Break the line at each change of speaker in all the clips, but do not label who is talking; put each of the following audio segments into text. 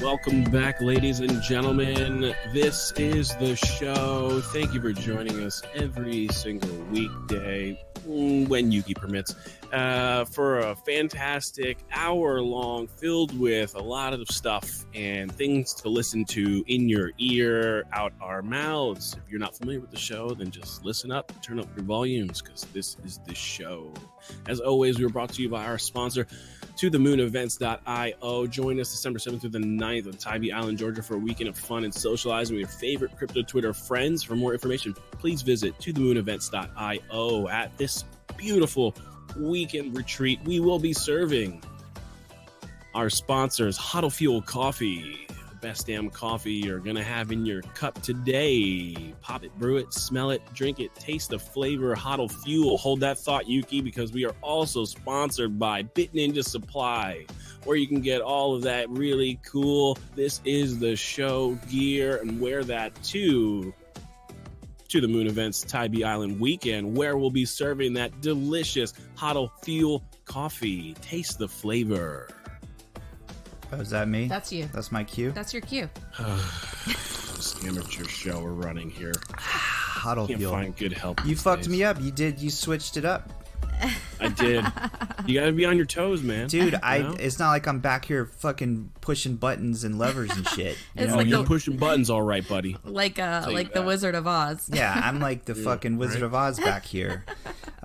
Welcome back, ladies and gentlemen. This is the show. Thank you for joining us every single weekday mm, when Yuki permits uh, for a fantastic hour long filled with a lot of stuff and things to listen to in your ear, out our mouths. If you're not familiar with the show, then just listen up, turn up your volumes because this is the show. As always, we are brought to you by our sponsor, to the moon events.io. Join us December 7th through the 9th on Tybee Island, Georgia for a weekend of fun and socializing with your favorite crypto Twitter friends. For more information, please visit to the moon events.io at this beautiful weekend retreat. We will be serving our sponsors, Huddle Fuel Coffee. the Best damn coffee you're gonna have in your cup today. Pop it, brew it, smell it, drink it, taste the flavor. Huddle Fuel. Hold that thought, Yuki, because we are also sponsored by Bit Ninja Supply, where you can get all of that really cool. This is the show gear and wear that too to the Moon Events Tybee Island weekend, where we'll be serving that delicious Huddle Fuel coffee. Taste the flavor.
Oh, is that me?
That's you.
That's my cue.
That's your cue.
this amateur show we're running here.
Huddle
Can't
fuel.
find good help.
You fucked me up. You did. You switched it up,
I did. You gotta be on your toes, man.
dude. I.
know?
It's not like I'm back here fucking pushing buttons and levers and shit. you
It's
know?
Oh,
like
you're
the-
pushing buttons, all right, buddy.
Like uh
Tell you
like the
that.
Wizard of Oz.
yeah, I'm like the fucking Wizard of Oz back here.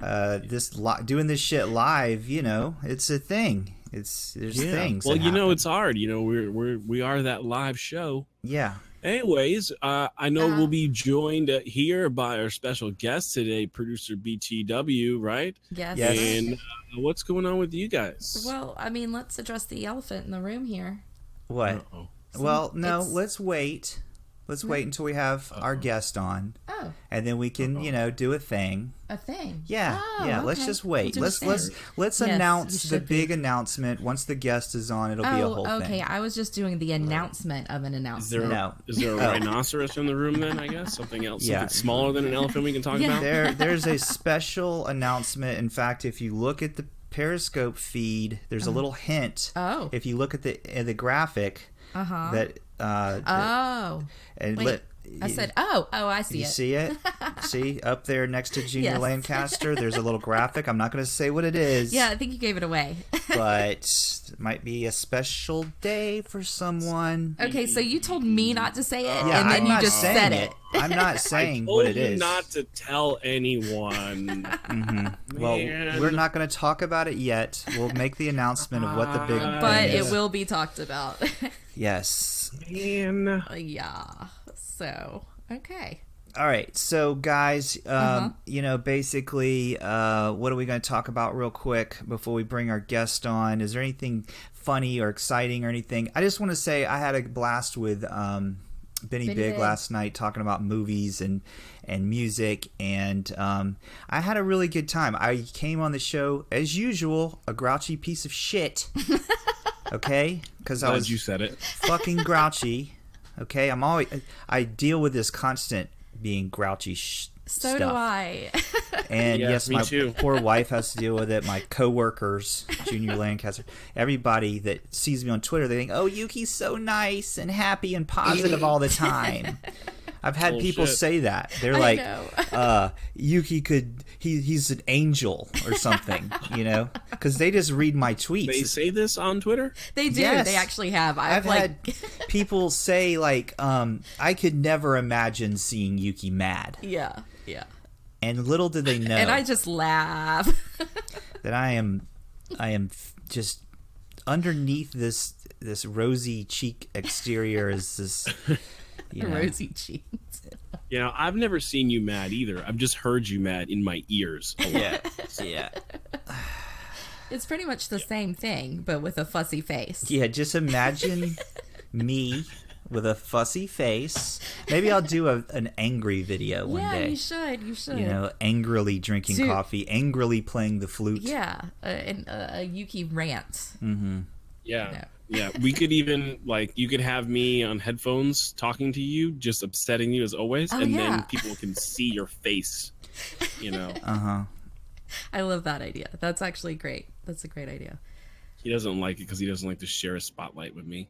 Uh, this li- doing this shit live. You know, it's a thing. It's there's things.
Well,
that
you know,
happen.
it's hard. You know, we're we're we are that live show.
yeah.
Anyways, uh, I know
Uh.
we'll be joined uh, here by our special guest today, producer BTW, right?
Yes.
Yes.
And uh, what's going on with you guys?
Well, I mean, let's address the elephant in the room here.
What?
Uh-oh.
well, no.
it's-
Let's wait. Let's wait until we have our guest on,
Oh,
and then we can, you know, do a thing.
a thing.
Yeah,
Oh,
yeah.
okay.
Let's just wait.
do
Let's
the
let's
thing.
let's
Yes,
announce
you
the
should be.
big announcement once the guest is on. It'll be a whole
Oh, okay.
thing.
I was just doing the announcement of an
Is there,
announcement.
No.
is there a
Oh.
rhinoceros in the room then, I guess? Something else?
Yeah.
Something smaller than an elephant we can talk
Yeah.
about?
There, there's a special announcement. In fact, if you look at the Periscope feed, there's a little hint.
Uh-huh. Oh.
If you look at the uh, the graphic
Uh-huh.
that uh,
Oh.
and
Wait.
let-
I said, "Oh, oh, I
Do
see
you
it."
see it? see up there next to Junior
Yes.
Lancaster. There's a little graphic. I'm not going to say what it is.
Yeah, I think you gave it away.
But it might be a special day for someone.
okay, so you told me not to say it,
Yeah,
and then
I'm
you
not
just
saying
said
it.
it.
I'm not saying what it
Told you
is.
not to tell anyone.
Mm-hmm. well,
Man.
we're not going to talk about it yet. We'll make the announcement of what the big
Uh,
But
thing
it
is.
will be talked about.
Yes.
Man.
yeah. So, okay.
All right. So, guys, um, you know, basically, uh, what are we going to talk about real quick before we bring our guest on? Is there anything funny or exciting or anything? I just want to say I had a blast with um, Benny,
Benny
Big,
Big.
last night talking about movies and and music, and um, I had a really good time. I came on the show as usual, a grouchy piece of shit. Okay, because I
Glad
was
you said it.
fucking grouchy. Okay, I'm always I deal with this constant being grouchy sh-
So
stuff.
do I.
And
Yeah,
yes,
me
my
too.
poor wife has to deal with it. My coworkers, Junior Lancaster, everybody that sees me on Twitter, they think, "Oh, Yuki's so nice and happy and positive all the time." I've had people
Bullshit.
say that. They're
I
like,
know.
uh, "Yuki could he, he's an angel or something," you know, because they just read my tweets.
They say this on Twitter?
They do.
Yes.
They actually have. I've,
I've
like
had people say like, um, "I could never imagine seeing Yuki mad,"
Yeah. Yeah.
and little did they know
And I just laugh.
that I am, I am f- just underneath this this rosy cheek exterior is this, you know,
Rosy cheeks.
Yeah, I've never seen you mad either. I've just heard you mad in my ears. a lot.
yeah, yeah,
It's pretty much the same thing, but with a fussy face.
yeah. Just imagine me with a fussy face. Maybe I'll do a, an angry video one
yeah,
day.
you should. You should.
you know, angrily drinking
Dude.
coffee, angrily playing the flute.
yeah, uh, and uh, a Yuki rant.
Mm.
Yeah. Yeah. We could even, like, you could have me on headphones talking to you, just upsetting you as always,
Oh,
and
yeah.
then people can see your face. You know,
Uh huh.
I love that idea. That's actually great. That's a great idea.
he doesn't like it because he doesn't like to share a spotlight with me.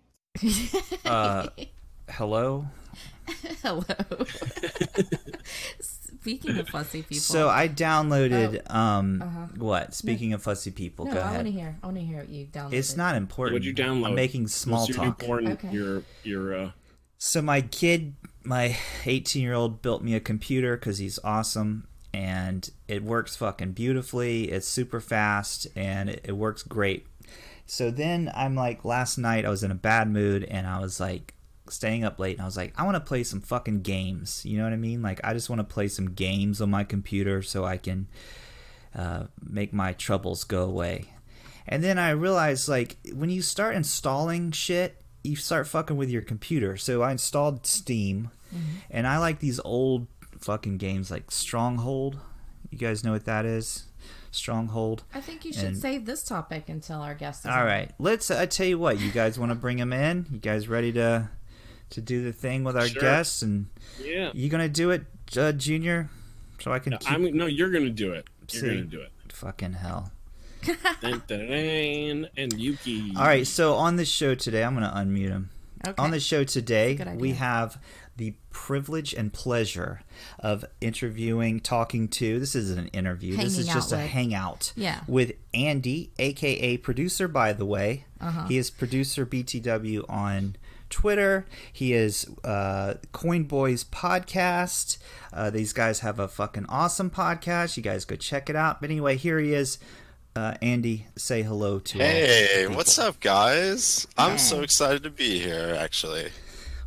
Uh, hello.
Hello. Speaking of fussy people.
So I downloaded um
uh-huh.
what? Speaking of fussy people,
no,
go
I want to
ahead.
hear. I want to hear what you downloaded.
It's not important.
What'd you download?
I'm making small
What's your
talk.
newborn-
Okay.
your your uh,
So my kid, my 18 year old, built me a computer because he's awesome, and it works fucking beautifully. It's super fast, and it, it works great. So then I'm like, last night I was in a bad mood, and I was like staying up late, and I was like, I want to play some fucking games. You know what I mean? Like I just want to play some games on my computer so I can uh, make my troubles go away. And then I realized, like, when you start installing shit, you start fucking with your computer. So I installed Steam, and I like these old fucking games like Stronghold. You guys know what that is? Stronghold.
I think you should
And-
save this topic until our guest is
All right, let's. I tell you what, you guys want to bring him in? You guys ready to to do the thing with our
Sure.
guests? And
yeah.
you gonna do it, uh, Junior? So I can keep
I'm no, you're gonna do it. You're
See.
gonna do it.
fucking hell.
Dun, dun, dun, and Yuki.
All right, so on this show today, I'm gonna unmute him.
Okay.
On the show
That's a
today,
good
we
idea.
have the privilege and pleasure of interviewing, talking to. This isn't an interview. this is
Hanging out
just a
with.
hangout.
Yeah.
With Andy, aka producer. By the way,
Uh-huh.
he is producer BTW on Twitter. He is uh, Coin Boys podcast. Uh, these guys have a fucking awesome podcast. You guys go check it out. But anyway, here he is. Uh, Andy, say hello to all
Hey,
people.
what's up, guys? I'm so excited to be here, actually.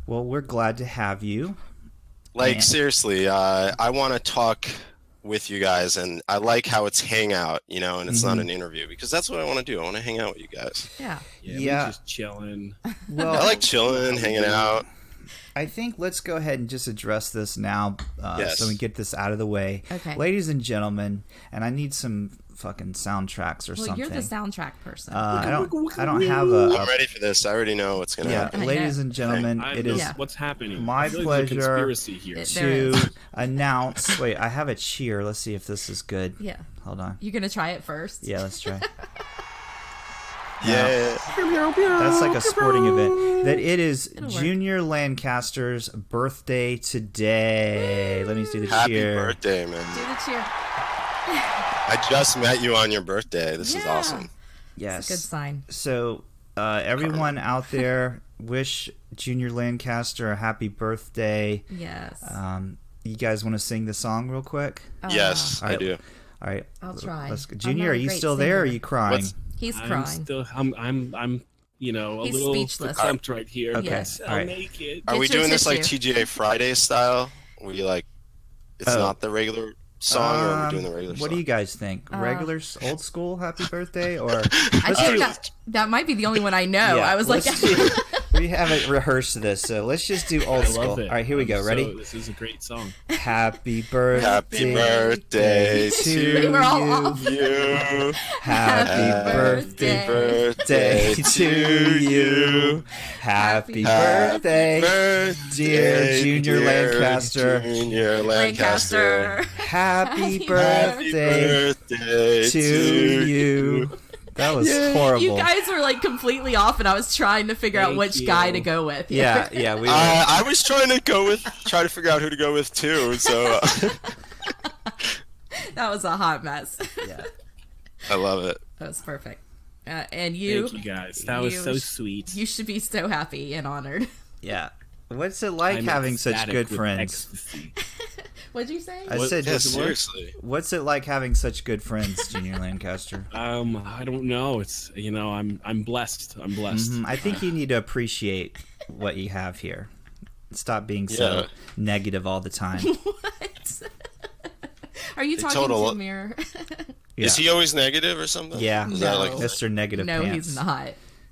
Well, we're glad to have you.
Like,
Man.
seriously, uh, I want to talk with you guys, and I like how it's hangout, you know, and it's
Mm-hmm.
not an interview because that's what I want to do. I want to hang out with you guys.
Yeah.
Yeah,
Yeah.
We're just chilling.
Well,
I like chilling, hanging out.
I think let's go ahead and just address this now, uh,
Yes.
so we get this out of the way.
Okay.
ladies and gentlemen, and I need some fucking soundtracks or
Well,
something.
you're the soundtrack person.
uh, I don't, I don't have a.
I'm ready for this. I already know what's going to
yeah,
happen.
I
ladies
know.
and gentlemen,
I
it
know
is
Yeah.
what's happening.
my
I feel
pleasure
There's a conspiracy here.
It- There
to
is.
announce. Wait, I have a cheer. Let's see if this is good.
Yeah.
Hold on.
You're gonna try it first.
Yeah, let's try.
Yeah.
That's like a sporting event. That it is
It'll work.
Junior Lancaster's birthday today. Let me see the
Happy
cheer.
birthday,
Do
man.
the cheer.
I just met you on your birthday. This is
Yeah.
awesome.
Yes.
It's a good sign.
So, uh, everyone out there, wish Junior Lancaster a happy birthday.
Yes.
Um, you guys want to sing the song real quick?
Uh,
yes, I
Oh. Alright.
do.
All right.
I'll try.
Let's go.
I'm
Junior,
not
are
a
you
great
still there? Or are
singer.
you crying?
What's-
He's
I'm
crying.
still. I'm. I'm. I'm. You know, a
He's
little
speechless.
clumped right here.
Okay,
Yes.
I'll
all right.
make it.
Are
Get
we
your
doing this like
tissue.
TGA Friday style? We like, it's
Oh.
not the regular song, or are we doing the
Um,
regular
what
song?
do you guys think?
Uh,
Regular, s- old school happy birthday? Or
I
Let's do-
think that, that might be the only one I know.
Yeah,
I was like,
let's do- we haven't rehearsed this, so let's just do
I
old school.
love it.
All right, here we go.
So
Ready?
this is a great song.
Happy birthday.
Happy birthday
to
We
to
were all
you.
off.
you.
Happy
Happy
birthday.
Happy birthday
birthday
to you.
Happy
Happy
birthday, dear
Dear
Junior Lancaster.
Junior Lancaster.
Lancaster.
Happy
Happy
birthday
birthday
to you. That was
You
horrible.
guys were like completely off, and I was trying to figure out
Thank
which
you.
guy to go with.
Yeah, yeah, we were.
Uh, I was trying to go with, try to figure out who to go with too. So
that was a hot mess.
Yeah.
I love it.
that was perfect. Uh, and you,
Thank you guys. That was
you-
so sweet.
you should be so happy and honored.
yeah. What's it like
I'm
having such
ecstatic
good
with
friends?
ecstasy.
What'd you say?
I
What-
said,
Yeah,
Yes. it work?
seriously.
what's it like having such good friends, Junior Lancaster?
Um, I don't know. It's you know, I'm I'm blessed. I'm blessed.
Mhm, I think you need to appreciate what you have here. Stop being so
Yeah.
negative all the time.
what? Are you talking
told a
to
lo-
a mirror?
Yeah.
Is he always negative or something?
Yeah.
Is that like
No.
Mr. Negative
no,
Pants.
he's not.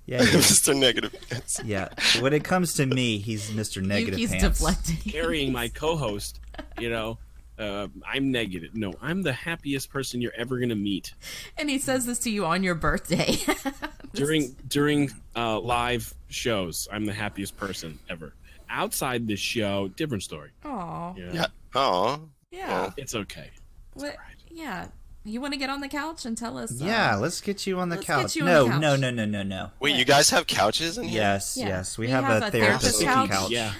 Yeah, he is.
Mr. Negative? Pants.
yeah. When it comes to me, he's Mr. Negative
Yuki's
Pants.
deflecting.
Carrying my co-host, you know, uh, I'm negative. No, I'm the happiest person you're ever gonna meet
And he says this to you on your birthday.
during during uh, live shows. I'm the happiest person ever. Outside this show, different story.
Aw.
you know?
Yeah. Oh.
Yeah.
it's okay.
What? Yeah. You want to get on the couch and tell us? uh,
yeah, let's get you on the
let's get
couch.
you on
no,
the couch.
no, no, no, no, no.
Wait, you guys have couches in here?
Yes,
Yeah.
yes. We,
We
have,
have
a
a
therapist
therapist
couch.
couch.
Yeah.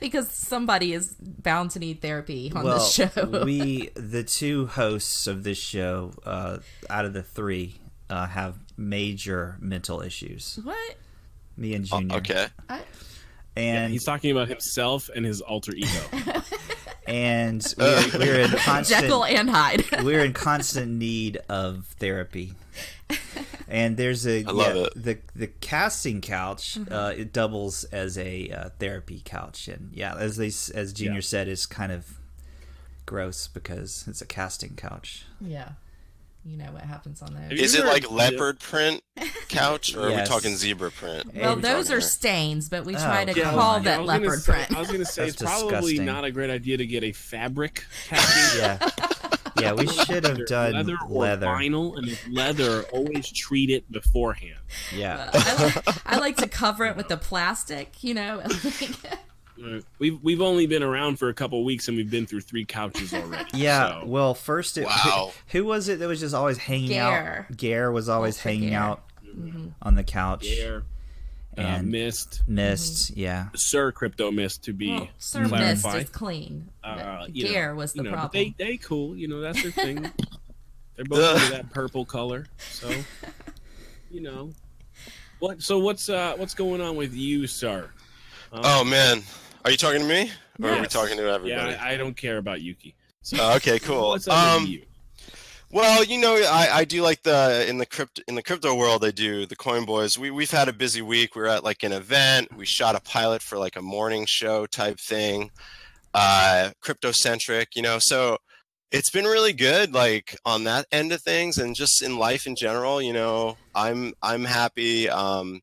because somebody is bound to need therapy on
well,
this show.
we the two hosts of this show, uh, out of the three, uh, have major mental issues.
what?
Me and
Oh,
Junior.
okay.
I,
And
He's talking about himself and his alter ego.
and
Oh,
we're, we're in
Jekyll
constant
and Hyde.
we're in constant need of therapy. And there's a
I love it.
the the casting couch
Mm-hmm.
uh, it doubles as a uh, therapy couch and yeah as they s- as Junior
Yeah.
said it's kind of gross because it's a casting couch.
yeah, you know what happens on those.
Have you
Is it
ever-
like leopard print couch, or are we
Yes.
talking zebra print?
Well,
What we
those
talking
are
here?
stains, but we
Oh,
try to
come
call
on.
I
that
was gonna
leopard
say-
print.
I was going to say
That's
it's probably
disgusting.
not a great idea to get a fabric khaki.
Yeah. Yeah, we should have done
leather
leather.
or vinyl, and if leather, always treat it beforehand.
Yeah.
Uh,
I, like, I like to cover it with the plastic, you know. like-
Uh, We've we've only been around for a couple weeks, and we've been through three couches already.
Yeah.
so-
Well, first it
Wow.
who, was it that was just always hanging
Gare.
out? Gare was always
Walter
hanging
Gare.
out on the couch.
Air, uh,
And-
mist,
Missed.
Mm-hmm.
Yeah.
Sir Crypto Mist to be
well, Sir Mist
clarified.
is clean. but
Uh, you know,
Gare was
you
the
know, but
problem.
They they cool, you know that's their thing. They're both into that purple color, so you know what. So what's uh what's going on with you, sir?
Oh man, are you talking to me, or are we
Yes.
talking to everybody?
Yeah, I, I don't care about Yuki. So
Oh, okay, cool.
what's up with
Um,
you?
Well, you know, I, I do like the in the crypto in the crypto world. I do the Coin Boys. We we've had a busy week. We were at like an event. We shot a pilot for like a morning show type thing, uh, crypto centric. You know, so it's been really good, like on that end of things, and just in life in general. You know, I'm I'm happy. Um,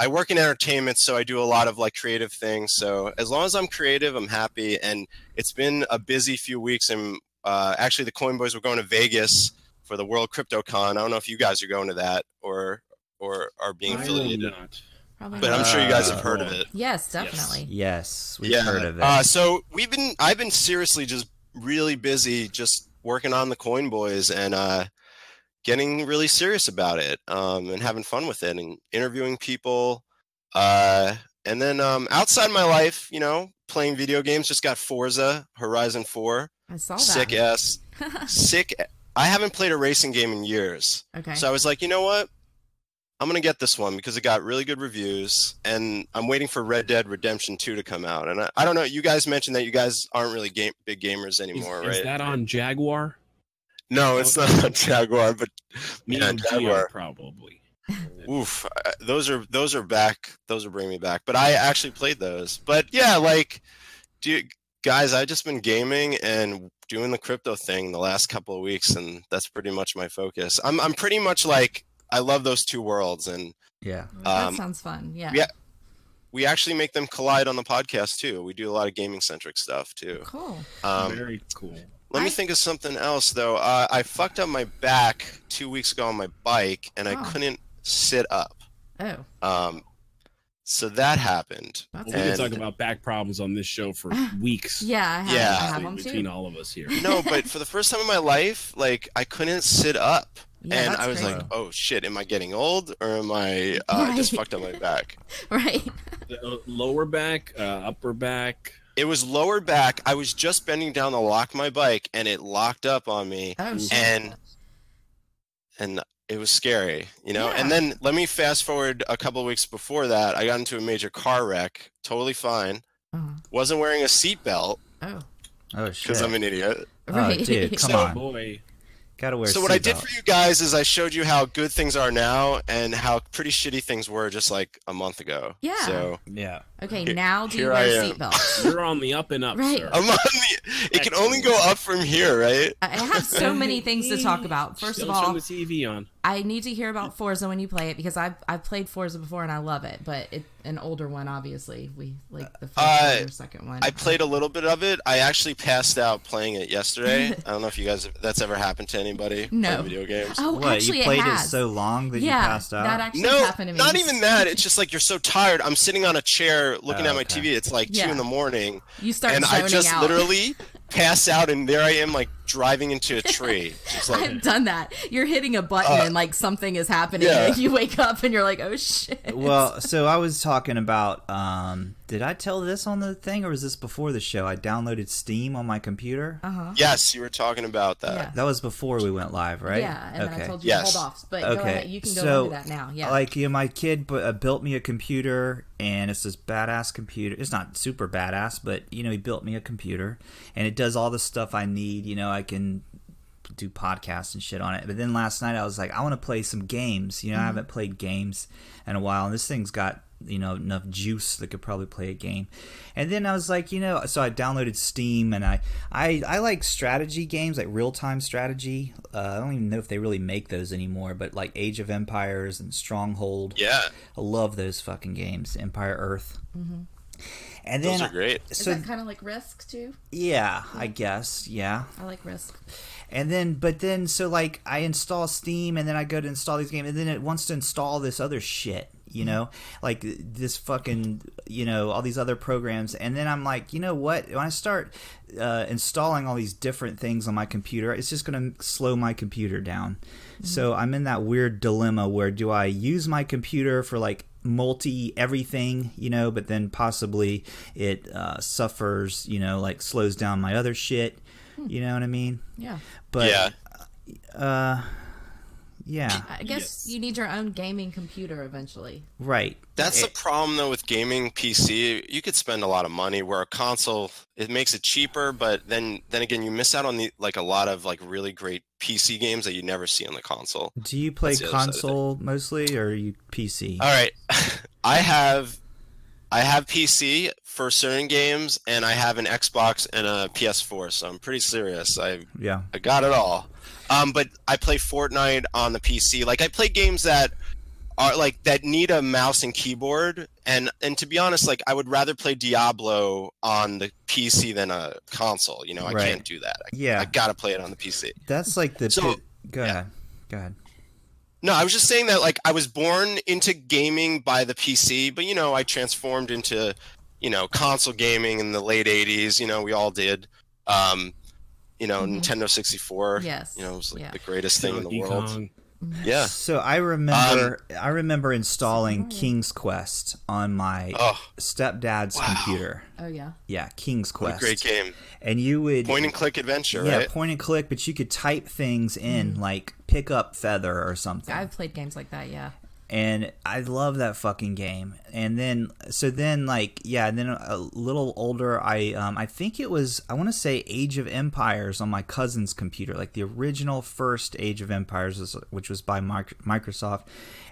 I work in entertainment, so I do a lot of like creative things. So as long as I'm creative, I'm happy. And it's been a busy few weeks, and uh, actually the coin boys were going to vegas for the world cryptocon i don't know if you guys are going to that or or are being
I will
affiliated
not.
Probably
but
not.
i'm sure you guys
Uh,
have heard of it
yes, definitely.
Yes, we've heard of it.
uh, so we've been i've been seriously just really busy just working on the coin boys and uh getting really serious about it um and having fun with it and interviewing people uh and then um outside my life you know playing video games just got forza horizon 4
I saw that.
sick ass sick i haven't played a racing game in years
okay.
so I was like, you know what? I'm gonna get this one because it got really good reviews, and I'm waiting for Red Dead Redemption 2 to come out. And I, I don't know, you guys mentioned that you guys aren't really game, big gamers
Is,
anymore,
is
right?
that on Jaguar?
no, it's not on Jaguar, but
Me
Yeah,
and Gio,
Jaguar.
probably.
oof, I- those are those are back. Those are bringing me back. But I actually played those. But yeah, like, do you, guys, I've just been gaming and doing the crypto thing the last couple of weeks, and that's pretty much my focus. I'm I'm pretty much like I love those two worlds, and
yeah.
that
um,
sounds fun. Yeah.
yeah. we actually make them collide on the podcast too. We do a lot of gaming centric stuff too.
Cool.
Um,
Very cool.
let me
I-
think of something else though. Uh, I fucked up my back two weeks ago on my bike, and I
Oh.
couldn't sit up.
Oh,
Um, so that happened.
that's
Well, we can
And-
talk about back problems on this show for weeks.
yeah. I have,
Yeah.
I have them too.
between all of us here.
No, but for the first time in my life, like I couldn't sit up,
Yeah,
and
that's
I was
crazy.
like, "Oh shit, am I getting old, or am I? Uh, I just
Right.
fucked up my back."
right.
The, uh, lower back, uh, upper back.
It was lower back. I was just bending down to lock my bike, and it locked up on me.
Oh shit.
and and it was scary, you know. And
Yeah.
then let me fast forward a couple of weeks before that. I got into a major car wreck. Totally fine.
oh,
Wasn't wearing a seatbelt
oh,
Oh shit.
because I'm an idiot.
right.
dude, Oh, come
So-
on.
Oh, Boy,
Gotta wear. a
so what I did
seatbelt.
for you guys is I showed you how good things are now and how pretty shitty things were just like a month ago.
Yeah.
So
Yeah.
Okay,
Here-
now do you
here
wear
I am.
seatbelts?
you're on the up and up,
Right.
sir.
I'm on the. It can only go up from here, right?
I I have so many things to talk about. First of
Still turn
all,
the TV on.
I need to hear about Forza when you play it because I've I've played Forza before and I love it, but it an older one obviously. We like the first
Uh,
one or second one.
I played a little bit of it. I actually passed out playing it yesterday. I don't know if you guys that's ever happened to anybody. playing
No.
Video games.
Oh,
What
actually,
you played
it,
it,
has.
so long that
yeah,
you passed out.
that actually
no,
happened to me.
not even that. It's just like you're so tired. I'm sitting on a chair looking
Oh,
at my
okay.
TV. It's like
Yeah.
two in the morning,
You start
and
zoning
I just
out.
literally pass out, and there I am, like driving into a tree. Just like
I've done that. You're hitting a button
Uh,
and like something is happening.
yeah.
and you wake up and you're like, oh shit.
Well, so I was talking about. Um, did I tell this on the thing, or was this before the show? I downloaded Steam on my computer.
Uh huh.
yes, you were talking about that.
That was before we went live, right?
Yeah, and then I told you
Yes.
to hold off, but go
Okay.
ahead. You can go
So,
into that now. Yeah.
Like, you know, my kid bu- uh, built me a computer, and it's this badass computer. It's not super badass, but, you know, he built me a computer, and it does all the stuff I need. You know, I can do podcasts and shit on it. But then last night I was like, I want to play some games. You know, I haven't played games in a while, and this thing's got you know enough juice that could probably play a game. And then I was like, you know, so I downloaded Steam, and I I, I like strategy games, like real time strategy. Uh, I don't even know if they really make those anymore, but like Age of Empires and Stronghold.
Yeah,
I love those fucking games. Empire Earth. And then
those are great.
is
so
that kind of like risk too?
yeah, I guess yeah.
I like risk.
And then, but then, so like I install Steam and then I go to install these games and then it wants to install this other shit, you know, like this fucking, you know, all these other programs. And then I'm like, you know what? When I start uh, installing all these different things on my computer, it's just going to slow my computer down. So I'm in that weird dilemma where do I use my computer for like multi everything, you know, but then possibly it uh, suffers, you know, like slows down my other shit. You know what I mean?
Yeah.
But
yeah,
uh, yeah,
I guess
Yes.
you need your own gaming computer eventually.
right.
that's the problem though with gaming PC. You could spend a lot of money where a console it makes it cheaper, but then then again you miss out on the like a lot of like really great PC games that you never see on the console.
Do you play
That's the Uh, other side of it.
console mostly, or are you PC?
All right, I have I have PC for certain games, and I have an Xbox and a PS4, so I'm pretty serious. I
yeah,
I got it all. Um, but I play Fortnite on the PC. Like I play games that are like that need a mouse and keyboard. And and to be honest, like I would rather play Diablo on the PC than a console. You know, I
Right.
can't do that. I,
Yeah.
I gotta play it on the PC.
that's like the.
So-
pi- go
yeah.
ahead, go ahead.
No, I was just saying that like I was born into gaming by the PC, but you know, I transformed into, you know, console gaming in the late 80s, you know, we all did. Um, you know,
Mhm.
Nintendo 64.
Yes.
You know, it was like
Yeah.
the greatest thing in the
Donkey
world.
Kong.
Yeah. Um,
So I remember, I remember installing
Sorry.
King's Quest on my
Oh,
stepdad's
Wow.
computer.
Oh yeah.
Yeah, King's
what a
Quest.
great game.
And you would
Point and click adventure,
yeah,
right?
point and click, but you could type things in, like pick up feather or something.
I've played games like that. Yeah.
and I love that fucking game. And then so then like yeah, and then a little older, I um, I think it was I want to say Age of Empires on my cousin's computer, like the original first Age of Empires, was- which was by Mic- Microsoft,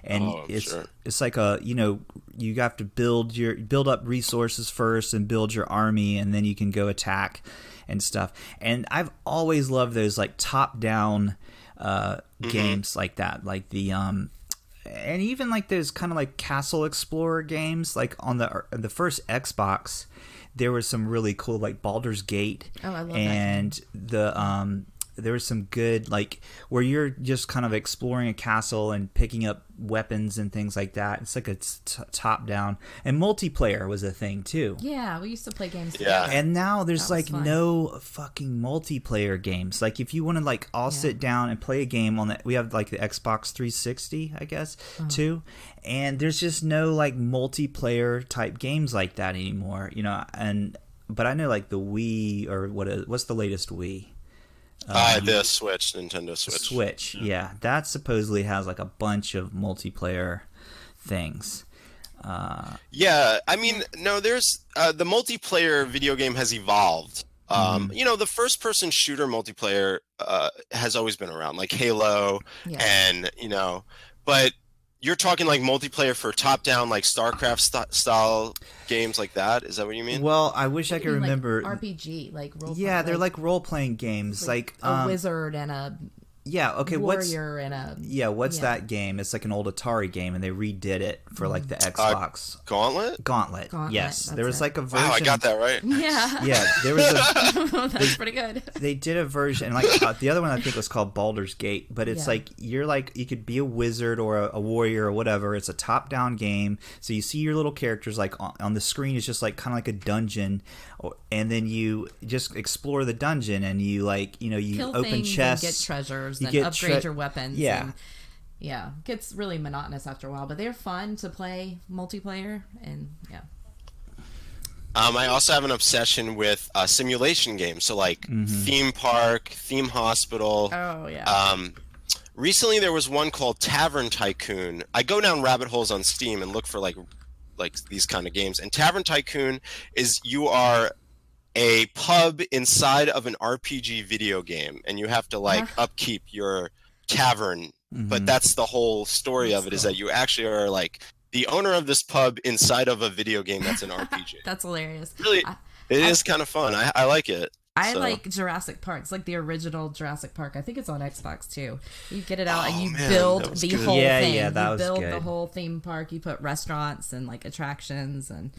and
Oh, I'm
it's
sure.
it's like a you know you have to build your build up resources first and build your army and then you can go attack and stuff and i've always loved those like top down uh
Mm-hmm.
games like that like the um and even like those kind of like castle explorer games like on the uh, the first xbox there was some really cool like Baldur's Gate
Oh, I love that
and the um there was some good like where you're just kind of exploring a castle and picking up weapons and things like that. It's like a t- top down and multiplayer was a thing too.
Yeah. We used to play games.
Yeah.
together.
And now there's
Uh, That was
like
fun.
no fucking multiplayer games. Like if you want to like all
Yeah.
sit down and play a game on the we have like the Xbox 360, I guess,
Uh-huh.
too. And there's just no like multiplayer type games like that anymore, you know. And but I know like the Wii or what is, what's the latest Wii?
Uh, the Switch, Nintendo Switch.
Switch. Yeah. that supposedly has like a bunch of multiplayer things.
Yeah, I mean, no, there's uh, the multiplayer video game has evolved. Um, You know, the first-person shooter multiplayer uh, has always been around, like Halo,
Yeah.
and you know, but you're talking like multiplayer for top-down, like StarCraft st- style games, like that. Is that what you mean?
Well, I wish I could
You mean, like,
remember.
RPG like role.
yeah, they're like role playing games. Like,
a
um,
wizard and a
yeah, okay, what's
warrior in a
yeah, what's
Yeah.
that game? It's like an old Atari game, and they redid it for like
Mm.
the Xbox
Gauntlet?
Gauntlet.
Uh, Gauntlet,
Yes, there
that's
was
it.
like a version.
Wow, I got that right.
yeah.
Yeah, there was a
That's pretty good.
they did a version like uh, the other one I think was called Baldur's Gate, but it's
Yeah.
like you're like you could be a wizard or a, a warrior or whatever. It's a top-down game, so you see your little characters like on, on the screen is just like kind of like a dungeon, or, and then you just explore the dungeon and you like you know you
Kill
open
things
chests,
and get treasures
you
and
get
upgrade
tre-
your weapons.
Yeah.
and- yeah. Gets really monotonous after a while, but they're fun to play multiplayer and yeah.
Um, I also have an obsession with uh, simulation games, so like theme park, theme hospital.
Oh yeah.
Um, recently, there was one called Tavern Tycoon. I go down rabbit holes on Steam and look for like like these kind of games. And Tavern Tycoon is you are a pub inside of an RPG video game, and you have to like
Uh-huh.
upkeep your tavern. But that's the whole story of it is that you actually are like the owner of this pub inside of a video game that's an RPG.
That's hilarious.
really,
I-
it is kind of fun. I, I like it.
I
So-
like Jurassic Park. It's like the original Jurassic Park. I think it's on Xbox too. You get it out and
Oh,
you
man, that
build
was
the
good.
whole
Yeah,
thing.
yeah, that
you
was
build the
good.
whole theme park. You put restaurants and like attractions and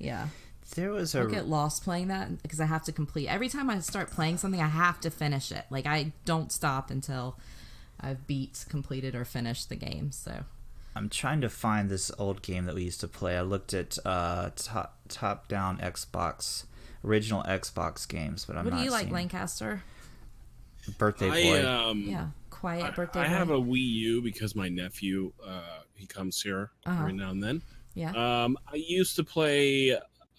yeah.
There was a
I get lost playing that because I have to complete every time I start playing something. I have to finish it. Like I don't stop until I've beat, completed, or finished the game. So
I'm trying to find this old game that we used to play. I looked at uh, top top down Xbox original Xbox games, but I'm
what
not
do you like,
seeing
Lancaster?
Birthday
I
Boy.
um
Yeah, quiet birthday.
I have
Boy?
a Wii U because my nephew uh, he comes here
Uh-huh.
every now and then.
yeah.
Um, I used to play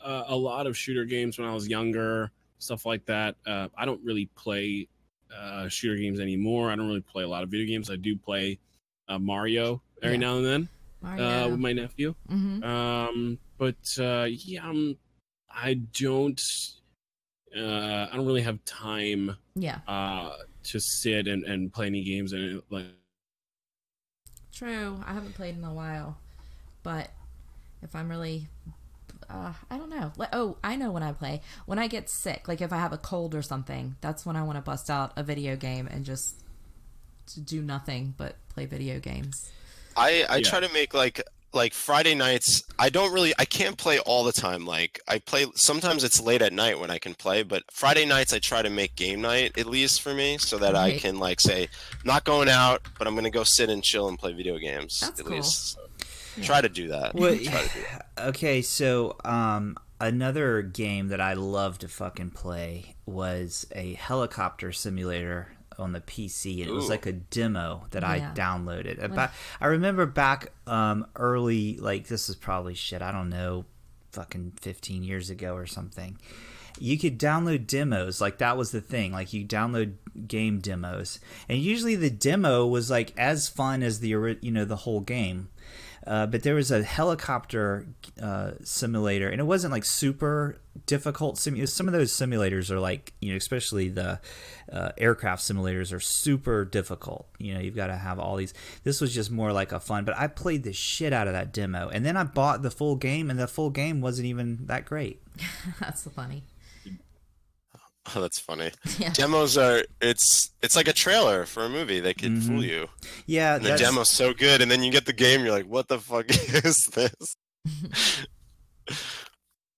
uh, a lot of shooter games when I was younger, stuff like that. Uh, I don't really play uh, shooter games anymore. I don't really play a lot of video games. I do play uh, Mario every
Yeah.
now and then uh,
Mario.
with my nephew.
hmm
Um, but uh, yeah, I'm, I don't. Uh, I don't really have time
Yeah.
uh, to sit and, and play any games and like
True. I haven't played in a while, but if I'm really, uh, I don't know. Like, oh, I know when I play. When I get sick, like if I have a cold or something, that's when I want to bust out a video game and just to do nothing but play video games.
I I
Yeah.
try to make like like Friday nights. I don't really I can't play all the time. Like I play sometimes it's late at night when I can play, but Friday nights I try to make game night at least for me so that I
Right.
can like say not going out, but I'm gonna go sit and chill and play video games
That's
at
cool.
least. Try to do that.
Well,
Try to do that.
okay, so um, another game that I loved to fucking play was a helicopter simulator on the PC. And it was
Ooh.
like a demo that I
Yeah.
downloaded. About, I remember back um, early, like this is probably shit. I don't know, fucking fifteen years ago or something. You could download demos, like that was the thing. Like you download game demos, and usually the demo was like as fun as the ori- you know the whole game. Uh, but there was a helicopter uh, simulator, and it wasn't like super difficult. Simu- some of those simulators are like, you know, especially the uh, aircraft simulators are super difficult. You know, you've got to have all these. This was just more like a fun, but I played the shit out of that demo. And then I bought the full game, and the full game wasn't even that great.
that's so funny.
Oh, that's funny.
Yeah.
Demos are it's it's like a trailer for a movie. They can fool you.
Yeah.
And the demo's so good, and then you get the game, you're like, what the fuck is this?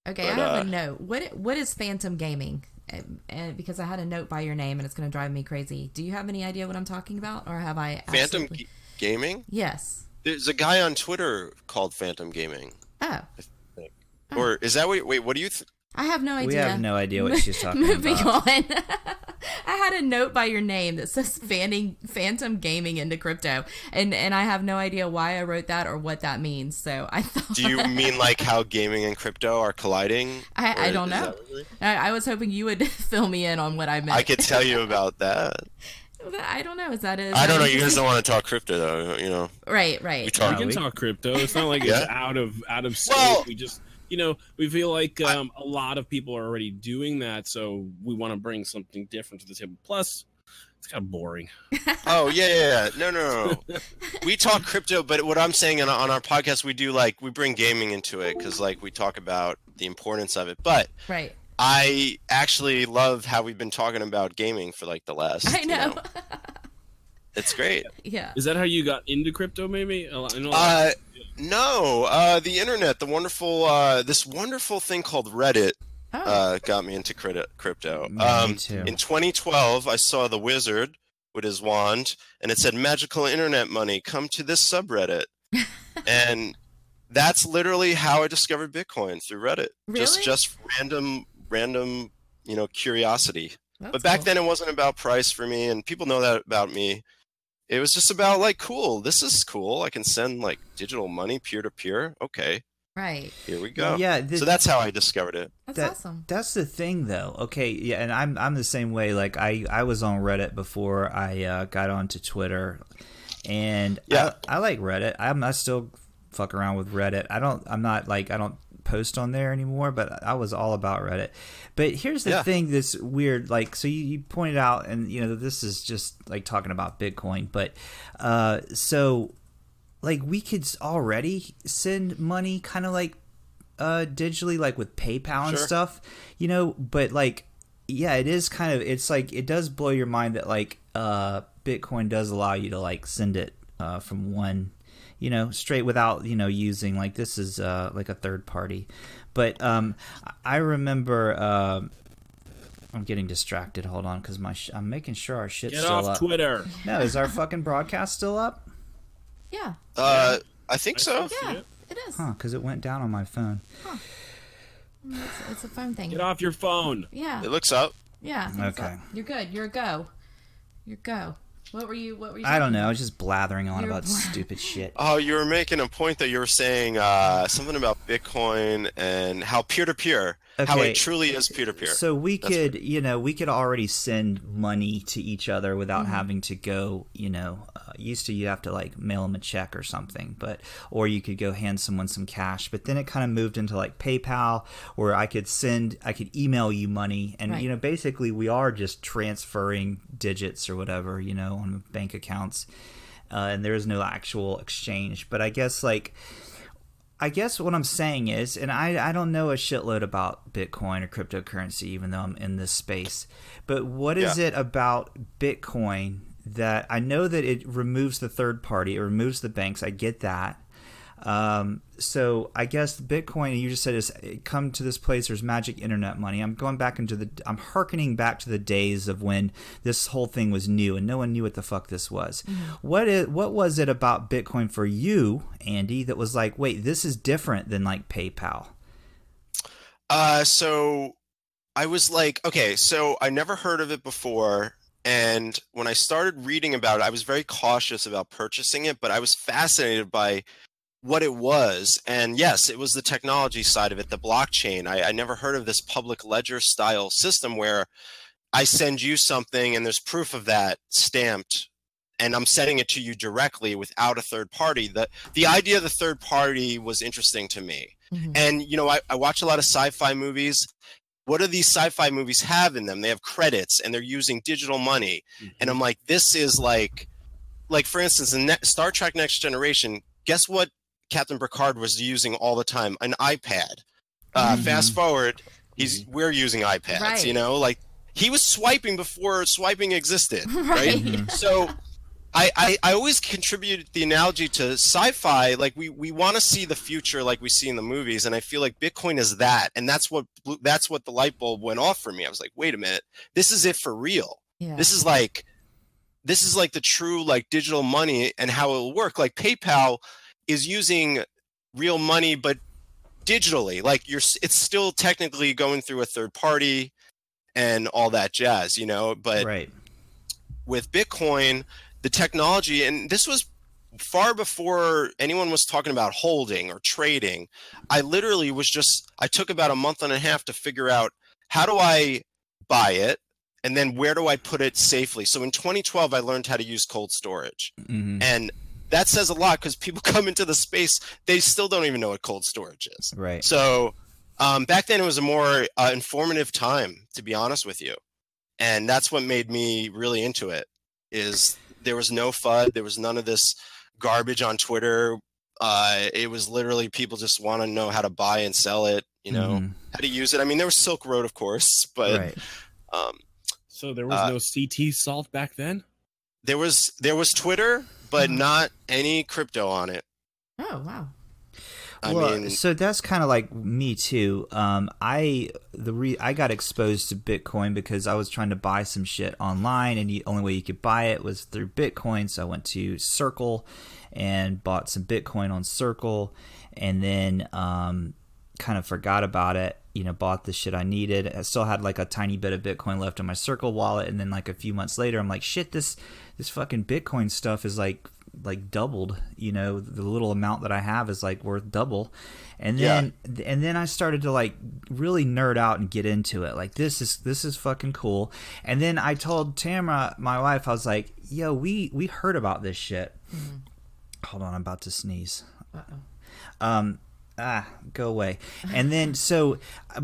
Okay, I
But,
have
uh,
a note. What what is Phantom Gaming? And, and because I had a note by your name and it's going to drive me crazy. Do you have any idea what I'm talking about, or have I?
Phantom
absolutely-
G- Gaming?
Yes.
There's a guy on Twitter called Phantom Gaming.
Oh,
Or is that wait wait what do you th-
I have no idea.
we have no idea what she's talking
Moving
about.
on. I had a note by your name that says fanning, phantom gaming into crypto. And and I have no idea why I wrote that or what that means. So I thought
do you mean like how gaming and crypto are colliding? Or
I, I don't
is
know.
that what you-
I, I was hoping you would fill me in on what I meant.
I could tell you about that.
But I don't know. Is that it?
I don't know. You guys don't want to talk crypto though. You know,
Right, right.
we
we
talk.
can
we-
talk crypto. It's not like
Yeah.
it's out of out of scope.
Well-
we just you know we feel like um, a lot of people are already doing that, so we want to bring something different to the table. Plus, it's kind of boring.
Oh yeah, yeah, yeah. No, no, no. we talk crypto, but what I'm saying on, on our podcast, we do like we bring gaming into it because like we talk about the importance of it. But
Right.
I actually love how we've been talking about gaming for like the last.
I
you
know.
It's great.
Yeah.
Is that how you got into crypto? Maybe. I know-
Uh, no, uh, the internet, the wonderful, uh, this wonderful thing called Reddit
Oh,
uh, got me into crit- crypto.
Me
Um,
too.
in 2012, I saw the wizard with his wand, and it said, "Magical internet money, come to this subreddit." and that's literally how I discovered Bitcoin through Reddit. Just
Really?
just random random you know curiosity.
that's
but back
cool.
then it wasn't about price for me, and people know that about me. It was just about like, cool, this is cool. I can send like digital money peer to peer. Okay,
right?
here we go.
Yeah, this,
so that's how I discovered it.
That's
That-
awesome.
That's the thing, though. Okay, yeah, and I'm I'm the same way. Like I I was on Reddit before I uh, got onto Twitter, and
Yeah.
I, I like Reddit. I'm I still fuck around with Reddit. I don't. I'm not like I don't post on there anymore. But I was all about Reddit. But here's the
Yeah.
thing that's weird. Like so, you, you pointed out, and you know this is just like talking about Bitcoin. But uh, so like we could s- already send money kind of like uh digitally like with PayPal and
Sure.
stuff you know but like yeah it is kind of it's like it does blow your mind that like uh bitcoin does allow you to like send it uh from one you know straight without you know using like this is uh like a third party but um I- I remember um I'm getting distracted. Hold on, because my sh- I'm making sure our shit's
Get
still
off
uh,
up.
Twitter.
No, is our fucking broadcast still up?
Yeah,
Uh, I think so.
yeah,
Yeah.
it is.
Huh, because it went down on my phone.
It's, it's a phone thing.
Get off your phone.
Yeah,
It looks up.
yeah. thumbs
Okay.
up. you're good. You're a go. You're a go. What were you? What were you?
I don't
talking
know. I was just blathering on
You're
about
bla-
stupid shit.
Oh, you were making a point that you were saying uh, something about Bitcoin and how peer to peer, how
Okay.
it truly is peer to peer.
So we
That's
could, you know, we could already send money to each other without having to go, you know, uh, used to you have to like mail them a check or something, but or you could go hand someone some cash. But then it kind of moved into like PayPal, where I could send, I could email you money, and
Right.
you know, basically we are just transferring digits or whatever, you know, on bank accounts, uh, and there is no actual exchange. But I guess like I guess what I'm saying is, and I, I don't know a shitload about Bitcoin or cryptocurrency, even though I'm in this space, but what is it about Bitcoin that I know that it removes the third party, it removes the banks. I get that. Um, so I guess Bitcoin, you just said, is it come to this place. There's magic internet money. I'm going back into the. I'm hearkening back to the days of when this whole thing was new and no one knew what the fuck this was. What is? What was it about Bitcoin for you, Andy, that was like, wait, this is different than like PayPal?
Uh, so I was like, okay, so I never heard of it before. And when I started reading about it, I was very cautious about purchasing it, but I was fascinated by what it was. And yes, it was the technology side of it, the blockchain. I, I never heard of this public ledger style system where I send you something and there's proof of that stamped and I'm sending it to you directly without a third party. The the idea of the third party was interesting to me.
about? Mhm.
And you know, I, I watch a lot of sci-fi movies. What do these sci-fi movies have in them? They have credits and they're using digital money. And I'm like, this is like like for instance, in Ne- Star Trek Next Generation, guess what Captain Picard was using all the time? An iPad. Uh,
Mhm.
fast forward, he's we're using iPads,
Right.
you know, like he was swiping before swiping existed, right? Mm-hmm.
Right.
so I, I, I always contribute the analogy to sci-fi like we, we want to see the future like we see in the movies and i feel like bitcoin is that and that's what blew- that's what the light bulb went off for me i was like wait a minute this is it for real
Yeah.
this is like this is like the true like digital money and how it'll work like paypal is using real money but digitally like you're s- it's still technically going through a third party and all that jazz you know but
right.
with Bitcoin, the technology, and this was far before anyone was talking about holding or trading. I literally was just, I took about a month and a half to figure out how do I buy it and then where do I put it safely. So in 2012, I learned how to use cold storage.
hmm
And that says a lot because people come into the space, they still don't even know what cold storage is.
Right.
So um, back then it was a more uh, informative time, to be honest with you, and that's what made me really into it. Is there was no FUD, there was none of this garbage on Twitter. Uh, it was literally people just want to know how to buy and sell it, you know,
Mhm.
how to use it. I mean, there was Silk Road, of course, but
right.
um,
So there was
Uh,
no CT salt back then.
there was there was Twitter, but
Mm-hmm.
Mhm.
not any crypto on it.
Oh wow.
I
well,
mean,
so that's kind of like me too. Um, I the re- I got exposed to Bitcoin because I was trying to buy some shit online, and the only way you could buy it was through Bitcoin. So I went to Circle and bought some Bitcoin on Circle, and then um, kind of forgot about it. You know, bought the shit I needed. I still had like a tiny bit of Bitcoin left in my Circle wallet, and then like a few months later, I'm like, shit, this this fucking Bitcoin stuff is like like doubled you know the little amount that i have is like worth double and then and then i started to like really nerd out and get into it like this is this is fucking cool and then i told tamara my wife i was like yo we we heard about this shit hold on i'm about to sneeze um ah go away and then so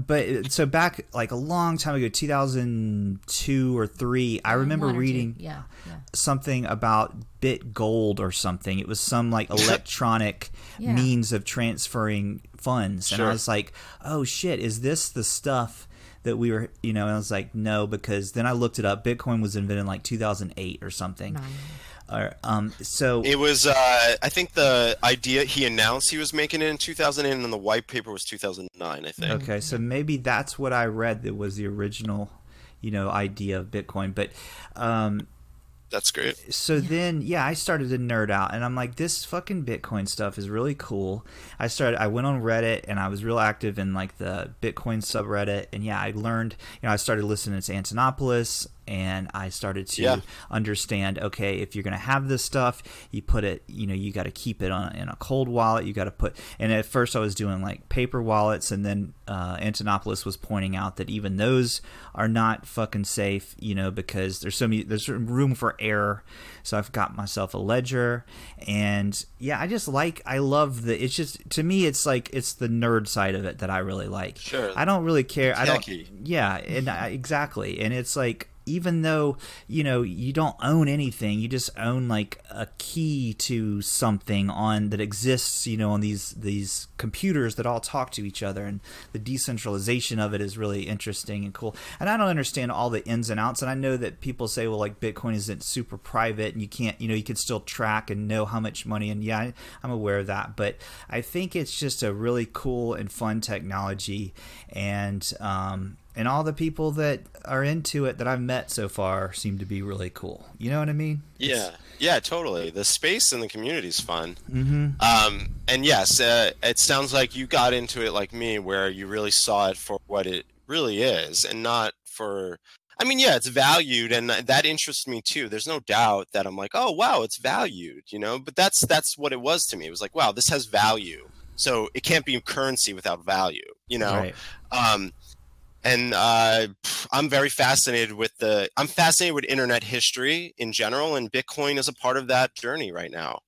but so back like a long time ago 2002 or 3 i remember
One or two.
reading
Yeah. Yeah.
something about bit gold or something. It was some like electronic
Yeah.
means of transferring funds. And
Sure.
I was like, oh shit, is this the stuff that we were, you know? And I was like, no, because then I looked it up. Bitcoin was invented in like 2008 or something.
Nine.
Or, um, so.
it was. Uh, I think the idea he announced he was making it in 2008, and then the white paper was 2009. I think.
Okay, so maybe that's what I read that was the original, you know, idea of Bitcoin. But um,
That's great.
so then yeah i started to nerd out and i'm like this fucking bitcoin stuff is really cool i started i went on reddit and i was real active in like the bitcoin subreddit and yeah i learned you know i started listening to antonopoulos and i started to
Yeah.
understand okay if you're going to have this stuff you put it you know you got to keep it on in a cold wallet you got to put and at first i was doing like paper wallets and then uh, antonopoulos was pointing out that even those are not fucking safe you know because there's so many there's room for error so i've got myself a ledger and yeah i just like i love the it's just to me it's like it's the nerd side of it that i really like
Sure.
i don't really care i don't
Techie.
yeah, and I, exactly, and it's like even though you know you don't own anything, you just own like a key to something on that exists, you know, on these these computers that all talk to each other, and the decentralization of it is really interesting and cool. And I don't understand all the ins and outs, and I know that people say, well, like Bitcoin isn't super private, and you can't, you know, you can still track and know how much money, and yeah, I, I'm aware of that, but I think it's just a really cool and fun technology, and um, and all the people that are into it that I've met so far seem to be really cool. You know what I mean?
Yeah, yeah, totally. The space and the community is fun.
Mm-hmm.
Um, and yes, uh, it sounds like you got into it like me, where you really saw it for what it really is, and not for. I mean, yeah, it's valued, and th- that interests me too. There's no doubt that I'm like, oh wow, it's valued, you know. But that's that's what it was to me. It was like, wow, this has value, so it can't be currency without value, you know
Right.
um, and uh, pff, I'm very fascinated with the I'm fascinated with internet history in general, and Bitcoin is a part of that journey right now.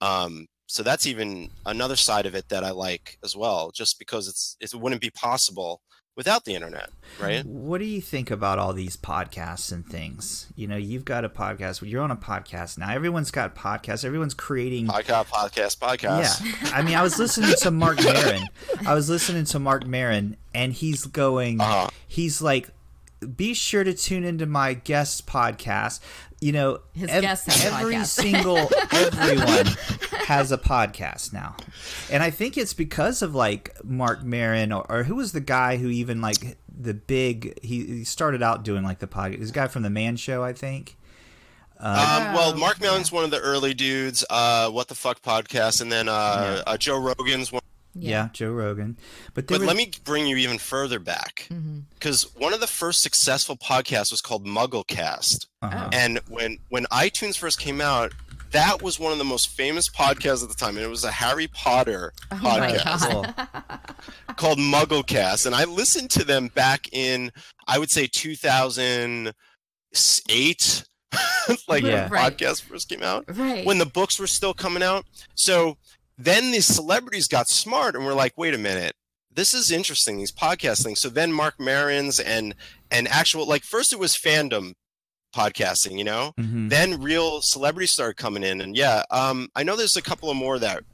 Um, so that's even another side of it that I like as well, just because it's it wouldn't be possible without the internet, right?
What do you think about all these podcasts and things? You know, you've got a podcast. You're on a podcast now. Everyone's got podcasts. Everyone's creating
Podcast, podcast, podcast.
Mm. Yeah. I mean, I was listening to Mark Marin. I was listening to Mark Marin, and he's going,
Uh-huh.
he's like, be sure to tune into my guest podcast. You know,
His guest has a
every
podcast.
single everyone has a podcast now, and I think it's because of like Mark Marin or, or who was the guy who even like the big he, he started out doing like the podcast. This guy from the Man Show, I think. uh,
Um, well, Mark Mellon's one of the early dudes. Uh, what the fuck podcast, and then uh, uh, Joe Rogan's one.
Yeah, Joe Rogan. But, there
But
was-
let me bring you even further back.
Mm-hmm.
Because one of the first successful podcasts was called MuggleCast.
Uh-huh.
And when, when iTunes first came out, that was one of the most famous podcasts at the time. And it was a Harry Potter
Oh, my
podcast
God.
Cool.
called MuggleCast. And I listened to them back in, I would say, 2008, like
Yeah.
when
Right.
podcasts first came out
Right.
when the books were still coming out. So then these celebrities got smart and were like, wait a minute, this is interesting, these podcast things. So then Mark Marin's and and actual like first it was fandom podcasting, you know?
Mhm.
Then real celebrities started coming in. And yeah, um, I know there's a couple of more that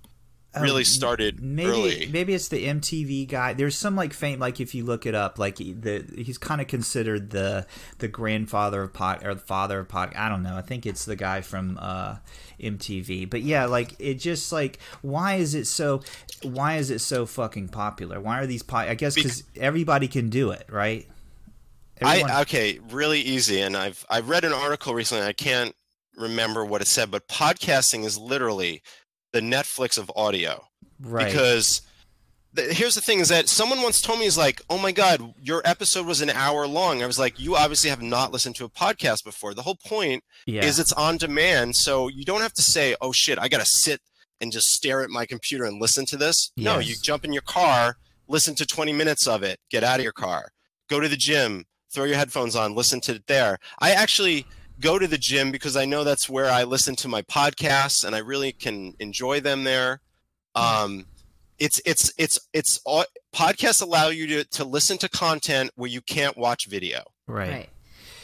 Oh,
really started
maybe
early.
maybe it's the MTV guy. There's some like fame like if you look it up, like he- the he's kind of considered the the grandfather of pod or the father of pod. I don't know. I think it's the guy from uh, MTV. But yeah, like it just like why is it so why is it so fucking popular? Why are these pod? I guess because everybody can do it, right? Everyone-
I okay, really easy. And I've I read an article recently. I can't remember what it said, but podcasting is literally the Netflix of audio
right.
because. the- Here's the thing: is that someone once told me is like, "Oh my God, your episode was an hour long." I was like, "You obviously have not listened to a podcast before." The whole point
yeah.
is it's on demand, so you don't have to say, "Oh shit, I gotta sit and just stare at my computer and listen to this." No,
Yes.
you jump in your car, listen to 20 minutes of it, get out of your car, go to the gym, throw your headphones on, listen to it there. I actually go to the gym because I know that's where I listen to my podcasts, and I really can enjoy them there.
Hmm.
Um, it's it's it's it's all, podcasts allow you to to listen to content where you can't watch video.
right.
Right.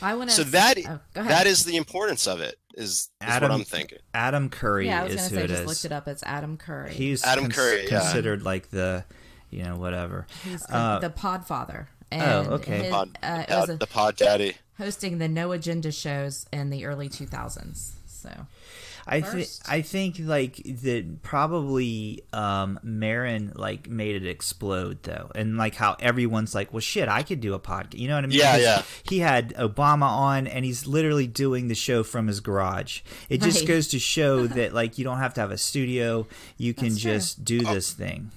I want to.
So that-
Oh, go ahead.
That is the importance of it. Is, is
Adam-
what I'm thinking.
Adam Curry
Yeah, I was
is
gonna
who
say.
it
Just
is.
looked it up. It's Adam Curry.
He's
Adam
cons-
Curry, yeah.
considered like the, you know, whatever.
He's the,
Uh,
the Podfather. And
okay.
his-
oh, pod,
uh, it
dad-
was a-
the pod daddy.
hosting the No Agenda shows in the early 2000s. So
I think
first?
I think like that probably um Marin like made it explode though, and like how everyone's like, well, shit, I could do a podcast. You know what I mean?
Yeah,
'Cause
yeah.
He had Obama on, and he's literally doing the show from his garage. It just
Right.
goes to show that like you don't have to have a studio; you can
That's true.
just do
Oh,
this thing.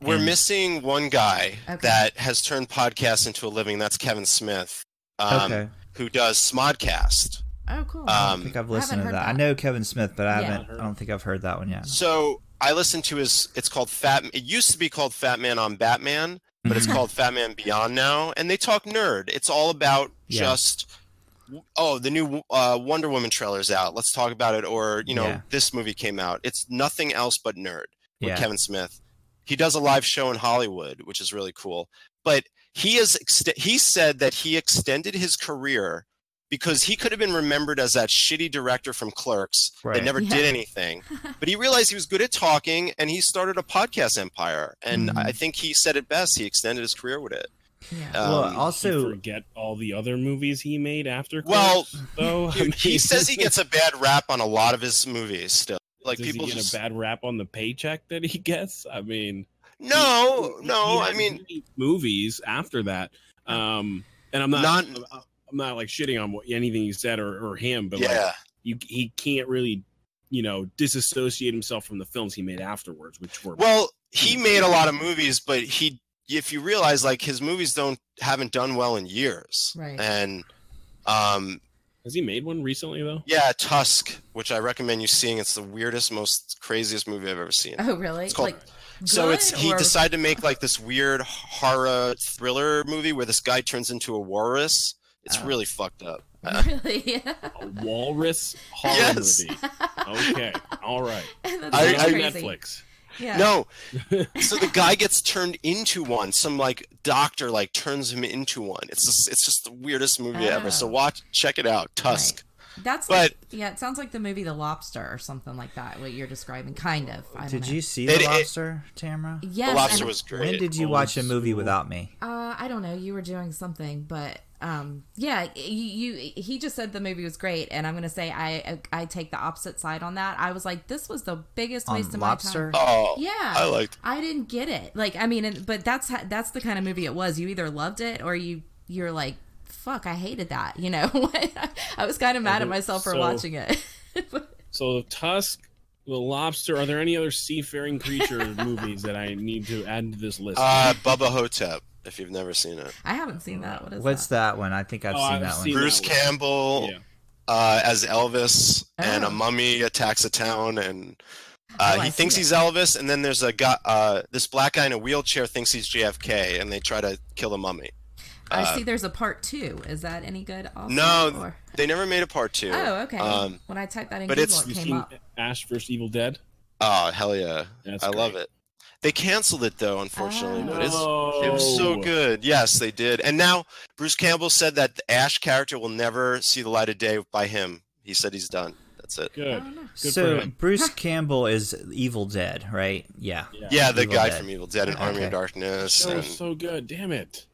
We're
And-
missing one guy
Mm. Okay.
that has turned podcasts into a living. That's Kevin Smith, um,
Okay.
who does Smodcast.
oh cool.
I
Um,
think I've
I haven't
listened to
heard
that. I
that.
know Kevin Smith, but I
Yeah.
haven't. I don't think I've heard that one yet.
so I listened to his. It's called Fat. It used to be called Fat Man on Batman, but
Mm-hmm.
Mm-hmm.
it's called Fat Man Beyond now. And they talk nerd. It's all about
Yeah.
just. Oh, the new uh, Wonder Woman trailer's out. Let's talk about it. Or you know,
Yeah.
this movie came out. It's nothing else but nerd. with
Yeah.
Kevin Smith. He does a live show in Hollywood, which is really cool. But he is ext- he said that he extended his career because he could have been remembered as that shitty director from Clerks
Right.
that never
Yeah.
did anything. But he realized he was good at talking and he started a podcast empire. And
Mhm.
I
Mm-hmm.
think he said it best. He extended his career with it.
yeah.
Um,
well,
you
also,
forget all the other movies he made after.
Well,
Clerks, though? I
Dude, he
mean,
says he gets a bad rap on a lot of his movies still. Like
does
people
he get
just
a bad rap on the paycheck that he gets. I mean,
no,
he- he
no. I
had
mean,
many movies after that. Um, and I'm not,
Not-
I'm- I'm not like shitting on what, anything you said or, or him, but like
yeah.
you, he can't really, you know, disassociate himself from the films he made afterwards, which were
Well, he made a lot of movies, but he if you realize like his movies don't haven't done well in years.
Right.
And um
has he made one recently though?
yeah, Tusk, which I recommend you seeing. It's the weirdest, most craziest movie I've ever seen.
Oh really?
It's called-
like
so
good
it's he
or-
decided to make like this weird horror thriller movie where this guy turns into a walrus. It's
Oh.
really fucked up.
really.
A walrus horror
Yes.
movie. Okay, all right.
That's
I-
It's on
so
I-
crazy.
Netflix.
Yeah.
No. so the guy gets turned into one. Some like doctor like turns him into one. It's just it's just the weirdest movie ever. So
Oh.
watch check it out. Tusk.
That's
But-
like, yeah, it sounds like the movie The Lobster or something like that. What you're describing, kind of. I don't
did
know.
you see
It-
the
it-
lobster, Tamara?
Yes.
the lobster
and-
was great.
When did you
old
watch a movie
school.
without me?
Uh, I don't know. You were doing something, but um, yeah, you, you. He just said the movie was great, and I'm gonna say I I take the opposite side on that. I was like, this was the biggest
On
waste of
Lobster?
my time.
Oh,
Yeah,
I liked.
I didn't get it. Like, I mean, and, but that's ho- that's the kind of movie it was. You either loved it or you you're like, fuck, I hated that. You know, I was kind of mad at
Uh-huh.
Mhm.
myself for
So-
watching it.
So Tusk, the lobster. Are there any other seafaring creature movies that I need to add to this list?
Uh, Bubba Hotep, if you've never seen it.
I haven't seen that. What is
What's
that?
that one? I think I've
Oh,
seen
I've
that
seen-
one.
Bruce
that one.
Campbell
Yeah.
uh, as Elvis, and
Oh.
a mummy attacks a town, and
Oh,
uh,
I
he
see
thinks
it.
he's Elvis, and then there's a guy, uh, this black guy in a wheelchair thinks he's JFK, and they try to kill the mummy.
I
uh,
see. There's a part two. Is that any good? Also,
No,
Or-
They never made a part two.
Oh, okay.
Um,
when I typed that in
but
Google,
it's-
it
You
came
seen
up.
Ash vs Evil Dead?
oh hell yeah,
That's
I
great.
love it. They canceled it though, unfortunately,
Oh.
but it's It was so
No.
good. Yes, they did. And now Bruce Campbell said that the Ash character will never see the light of day by him. He said he's done. That's it.
Good. Good for
so
him.
Bruce Campbell is Evil Dead, right? Yeah.
Yeah, the
Evil
guy
Dead.
from Evil Dead and Army
Okay.
of Darkness.
That
And
was so good. Damn it!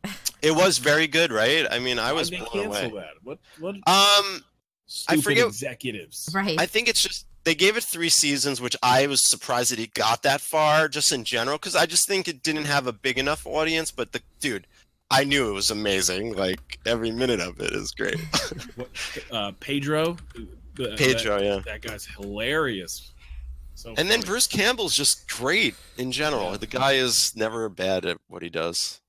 it was very good, right? I mean, I
Why'd
was
they
blown
cancel
away.
that. What? What?
Um,
Stupid
forget-
executives.
Right.
I think it's just they gave it three seasons, which I was surprised that he got that far, just in general, because I just think it didn't have a big enough audience. But the dude, I knew it was amazing. Like every minute of it is great.
What, uh, Pedro. The-
Pedro, yeah.
That, that guy's hilarious. So
And then
funny.
Bruce Campbell's just great in general.
Yeah.
The guy is never bad at what he does.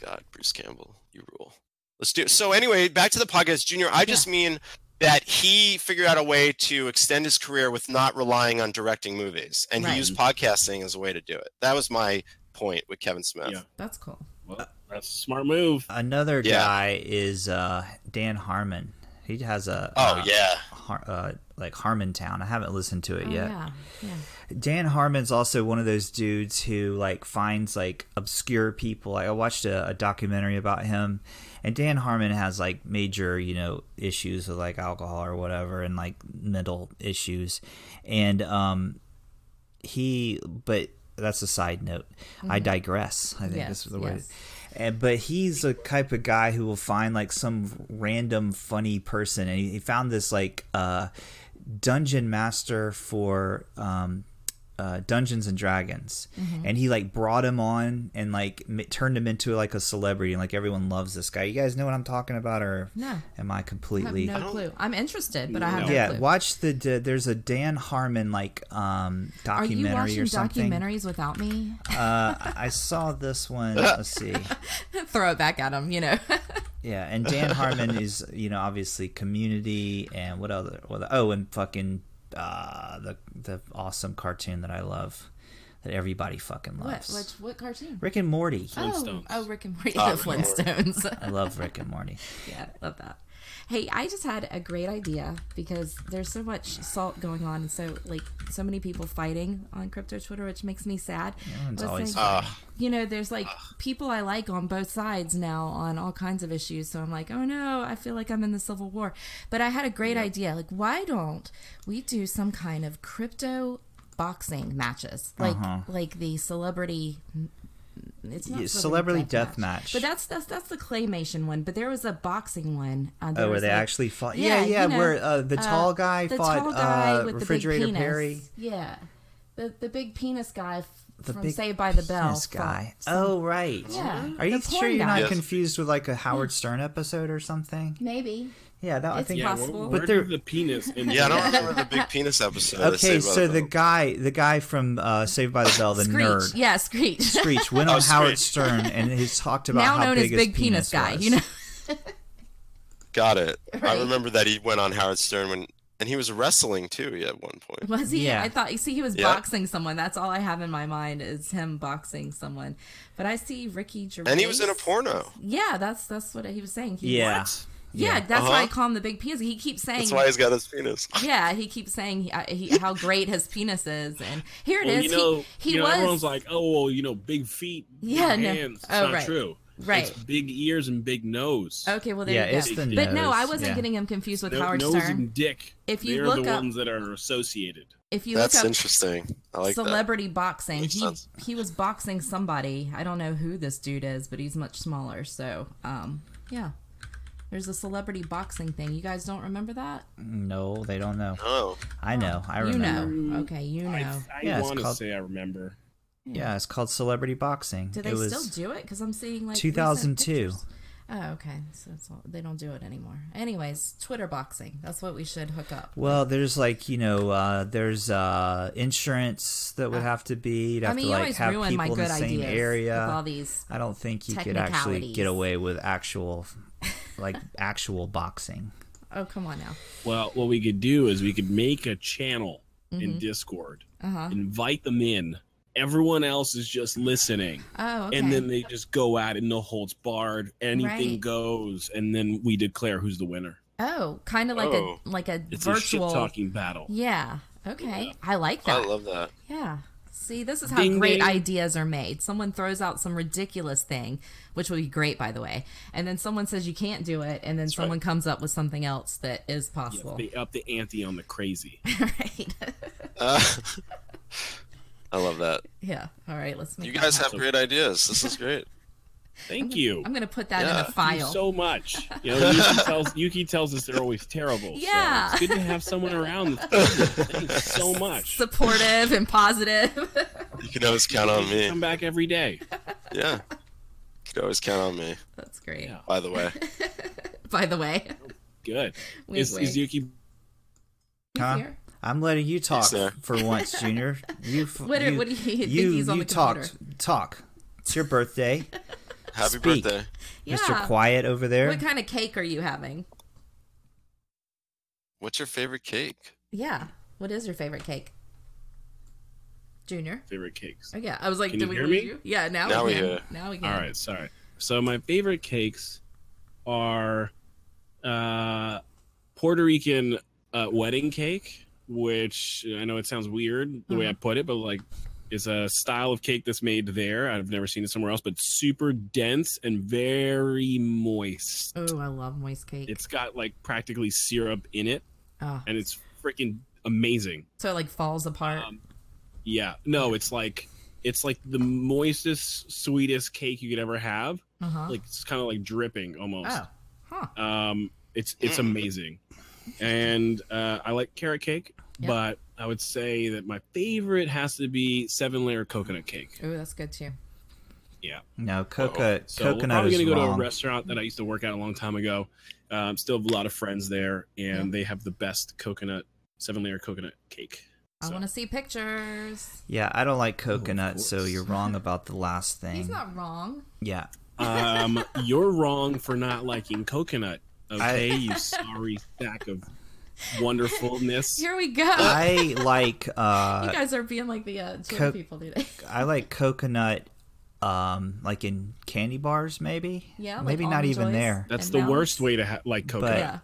God, Bruce Campbell, you rule. Let's do it. So anyway, back to the podcast, Junior. I just mean that he figured out a way to extend his career with not relying on directing movies, and
Right.
he used podcasting as a way to do it. That was my point with Kevin Smith.
Yeah.
That's cool.
Well, that's a smart move.
Another
Yeah.
guy is uh, Dan Harmon. He has a
Oh
uh,
yeah,
Har- uh, like Harmontown. I haven't listened to it
Oh,
yet.
yeah. Yeah.
Dan Harmon's also one of those dudes who like finds like obscure people. Like, I watched a, a documentary about him, and Dan Harmon has like major you know issues with like alcohol or whatever, and like mental issues, and um, he but that's a side note. I digress. I think
Mm-hmm. Yes,
that's the way.
yes.
And, Eh, but he's the type of guy who will find like some random funny person, and he, he found this like uh, dungeon master for um, uh, Dungeons and Dragons,
Mm-hmm.
and he like brought him on and like m- turned him into like a celebrity, and like everyone loves this guy. You guys know what I'm talking about, or
No.
am I
I have
completely?
no clue. I'm interested, but I have no
yeah,
clue.
watch the, the there's a Dan Harmon like um
Are you
documentary
watching
or something.
documentaries without me?
Uh, I- I saw this one. Let's see.
Throw it back at him, you know.
Yeah, and Dan Harmon is you know obviously Community and what other? What, oh, and fucking uh, the the awesome cartoon that I love, that everybody fucking
what?
loves.
What? What cartoon?
Rick and Morty.
Oh,
Flintstones.
oh, Rick and Morty,
Ah,
the
Rick and Morty.
Flintstones.
I love Rick and Morty.
yeah, love that. Hey, I just had a great idea because there's so much salt going on, and so like so many people fighting on crypto Twitter, which makes me sad.
Everyone's
I was
always
like, you know, there's like people I like on both sides now on all kinds of issues. So I'm like, oh no, I feel like I'm in the Civil War. But I had a great idea. Like, why don't we do some kind of crypto boxing matches, like like the celebrity? mm, It's not
Uh-huh. Yeah,
celebrity
celebrity death match.
but that's that's that's the claymation one. But there was a boxing one. Uh, there
Oh, where
was,
they
like-
actually fought?
Yeah,
Yeah, yeah.
you know,
where uh, the tall guy
the
fought
tall guy
uh,
with the
refrigerator
big penis.
Perry.
Yeah, the the big penis guy f-
The
from
big
Saved by the Bell.
penis
fought
guy.
some-
Oh, right.
Yeah,
Are
the
you
porn
sure you're
guy.
not
Yes.
confused with like a Howard Stern episode or something?
Maybe.
Yeah, that I
It's
think
Yeah,
possible.
where,
But
where
there-
did the penis? in-
yeah. I don't remember the big penis episode. I
Okay,
saved by
so the
Bell.
guy, the guy from uh, Saved by the Bell, the
Screech.
nerd,
Yeah, Screech.
Screech, went
Oh,
on Howard
Screech.
Stern and he's talked about
now
how
known as
big his
Big Penis, Guy.
was.
You know.
got it.
Right.
I remember that he went on Howard Stern when, and he was wrestling too. Yeah, at one point.
Was he?
Yeah.
I thought. You see, he was
Yeah.
boxing someone. That's all I have in my mind is him boxing someone. But I see Ricky Gervais.
And he was in a porno.
Yeah, that's that's what he was saying. He,
Yeah.
yeah, that's why I
Uh-huh.
call him the Big Penis. He keeps saying.
That's why he's got his penis.
yeah, he keeps saying he, I- he, how great his penis is, and here it
Well,
is.
you know,
he he
you know,
was
everyone's like, oh, well, you know, big feet, big
Yeah, no.
hands. It's
Oh,
not
right.
true.
Right.
It's big ears and big nose.
okay. Well, there
yeah,
you go.
it's the
but no,
nose,
I wasn't
yeah.
getting him confused with
No-
Howard
nose
Stern.
and dick.
If you
They're
look
the
up-
ones that are associated.
If you
That's
look up
interesting. I like that.
celebrity boxing.
Makes
He
sense.
he was boxing somebody. I don't know who this dude is, but he's much smaller. So um, yeah, there's a celebrity boxing thing. You guys don't remember that?
No, they don't know.
Oh,
I know. I
you
remember.
know? Okay, you know.
I, I
Yeah, it's
want to
called-
say I remember.
Yeah, it's called Celebrity Boxing.
do they
it was
still do it? Because I'm seeing like recent
2002.
pictures. Oh, okay. So it's all, they don't do it anymore. Anyways, Twitter boxing. That's what we should hook up.
Well, there's like you know, uh, there's uh, insurance that would have to be. You'd have
Uh, I mean,
to
you
like
always
have
ruin
people
my
in the
good
same
ideas
area.
with all these.
I don't think you could actually
Technicalities.
get away with actual, like actual boxing.
Oh, come on now.
Well, what we could do is we could make a channel in Discord,
Mm-hmm. Uh-huh.
invite them in. Everyone else is just listening,
Oh, okay.
and then they just go at it, no holds barred. Anything
Right.
goes, and then we declare who's the winner.
oh, kind of like
Oh.
a like a
It's a shit
virtual.
talking battle.
yeah. Okay. I like that.
I love that.
Yeah. See, this is how
Ding,
great
ding.
ideas are made. Someone throws out some ridiculous thing, which would be great, by the way, and then someone says you can't do it, and then
right.
someone comes up with something else that is
Yeah,
possible.
they up the ante on the crazy.
right?
Uh, I love that.
yeah. All right. Let's make.
You
that
guys
happen.
have great ideas. This is great.
Thank you.
I'm gonna put that in
Yeah.
a
Thank you
file.
so much. You know, Yuki tells Yuki tells us they're always terrible. so
Yeah.
it's good to have someone around. that's positive. Thanks so much.
Supportive and positive.
You can always count on me.
Come back every day.
Yeah. You can always count on me,
That's great.
Yeah.
by the way.
By the way,
Good.
Wink,
Is, is
wink.
Yuki
He's
Huh?
here.
I'm letting you talk
sir.
for once, Junior. You, f-
What do-
you,
what do you think he's on
you
the computer?
talked. Talk. It's your birthday,
Happy
Speak.
birthday.
Yeah.
Mr. Quiet over there.
What kind of cake are you having?
What's your favorite cake?
Yeah. What is your favorite cake? Junior.
favorite cakes?
Oh yeah. I was like,
Can
did
you
we
hear
lose
me?
you? Yeah. Now,
Now
we
we
can.
hear.
Now we can.
All right, sorry. So my favorite cakes are uh, Puerto Rican uh, wedding cake, which I know it sounds weird the way I
Mm-hmm.
put it, but like it's a style of cake that's made there. I've never seen it somewhere else, but super dense and very moist.
Oh, I love moist cake.
It's got like practically syrup in it,
oh,
and it's freaking amazing.
so it like falls apart.
Um, Yeah, no, it's like it's like the moistest, sweetest cake you could ever have.
uh huh.
Like it's kind of like dripping almost.
oh. Huh.
Um, it's it's amazing, and uh, I like carrot cake,
Yep.
but I would say that my favorite has to be seven layer coconut cake.
Oh, that's good too.
Yeah,
no, coca-
so we're
coconut
probably
is
gonna go to a
wrong.
restaurant that I used to work at a long time ago. Um, still have a lot of friends there, and they have the best coconut seven layer coconut cake.
I
So-
want to see pictures.
yeah, I don't like coconut, so
Oh, course.
you're wrong about the last thing.
He's not wrong.
yeah,
Um, you're wrong for not liking coconut. Okay, you sorry sack of wonderfulness.
Here we go.
I like uh,
you guys are being like the uh, gym
co-
people today.
I like coconut, um, like in candy bars, maybe.
Yeah, like
maybe not
Almond
even
Joys.
there.
That's
And
the
now
worst
it's-
way to ha- like coconut.
yeah.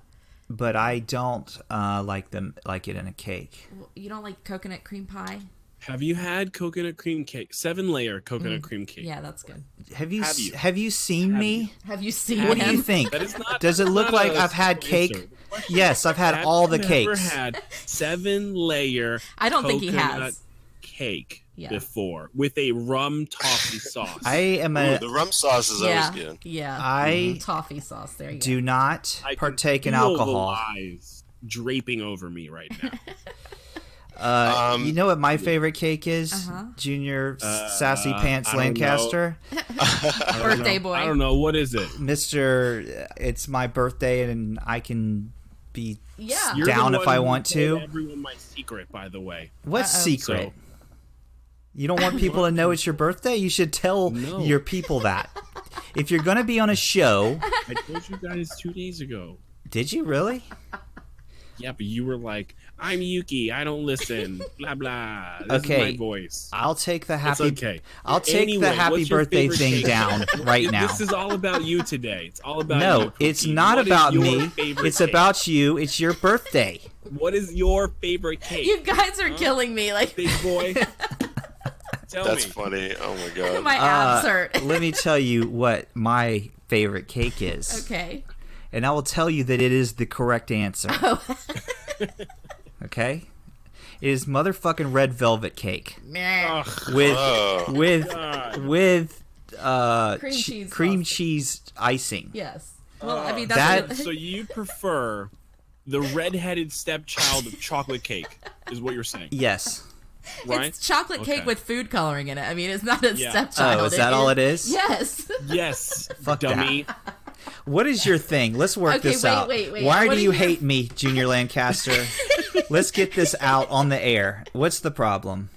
But I don't uh, like them like it in a cake.
Well, You don't like coconut cream pie?
Have you had coconut cream cake? Seven layer coconut cream cake.
Mm, Yeah, that's good.
Have you
Have
s-
you?
have you seen me?
Have you seen
What do
him?
you think?
That is not-
Does it
that's
look
not
like
a
I've had
simple
cake?
answer.
Yes, I've had
Have
all the
you ever
cakes.
had seven layer.
I don't think he
coconut
has.
Cake
Yeah.
before with a rum toffee sauce.
I am
Ooh,
a.
the rum sauce is
yeah,
always good.
yeah.
I
Toffee sauce. There you
do not
I can
partake in
feel
alcohol.
The lies draping over me right now.
Uh,
Um,
you know what my favorite cake is?
Uh-huh.
Junior s-
Uh,
Sassy Pants
I don't
Lancaster,
go.
I don't
Birthday
know-
boy.
I don't know what is it.
Mister. It's my birthday, and I can be
Yeah.
You're
down
the
if
one
I
who
want
told
to.
Everyone my secret, by the way.
What
Uh-oh.
secret?
So-
You don't want people to know it's your birthday? You should tell
No.
your people that. if you're going to be on a show,
I told you guys two days ago.
did you really?
Yeah, but you were like, "I'm Yuki. I don't listen." Blah blah. This
Okay.
is my voice.
I'll take the
That's
happy
okay.
I'll take
Anyway,
the happy
what's your
birthday
favorite
thing
cake?
down right
This-
now.
This is all about you today. It's all about you,
no,
Cookie.
it's not
What is
about
your
me.
favorite
It's
cake?
about you. It's your birthday.
what is your favorite cake,
You guys are killing me. Like
big boy? Tell
That's
me.
funny. Oh my god.
my abs
Uh,
hurt.
Let me tell you what my favorite cake is.
okay.
And I will tell you that it is the correct answer. okay? It is motherfucking red velvet cake
Meh.
Ugh,
with
oh.
with
God.
with uh
Cream
che-
cheese
cream
sauce.
cheese icing.
Yes. Well, I mean
Uh, That-
that's
So you prefer the redheaded stepchild of chocolate cake? Is what you're saying,
Yes.
right?
it's chocolate
Okay.
cake with food coloring in it. I mean, it's not a
Yeah.
stepchild.
Oh, is that all it is?
Yes.
Yes,
Fuck that.
dummy.
What is your thing? Let's work
Okay,
this
wait,
out.
wait, wait.
Why
What
do
are
you
your-
hate me, Junior Lancaster? Let's get this out on the air. What's the problem?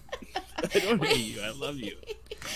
I don't hate you. I love you.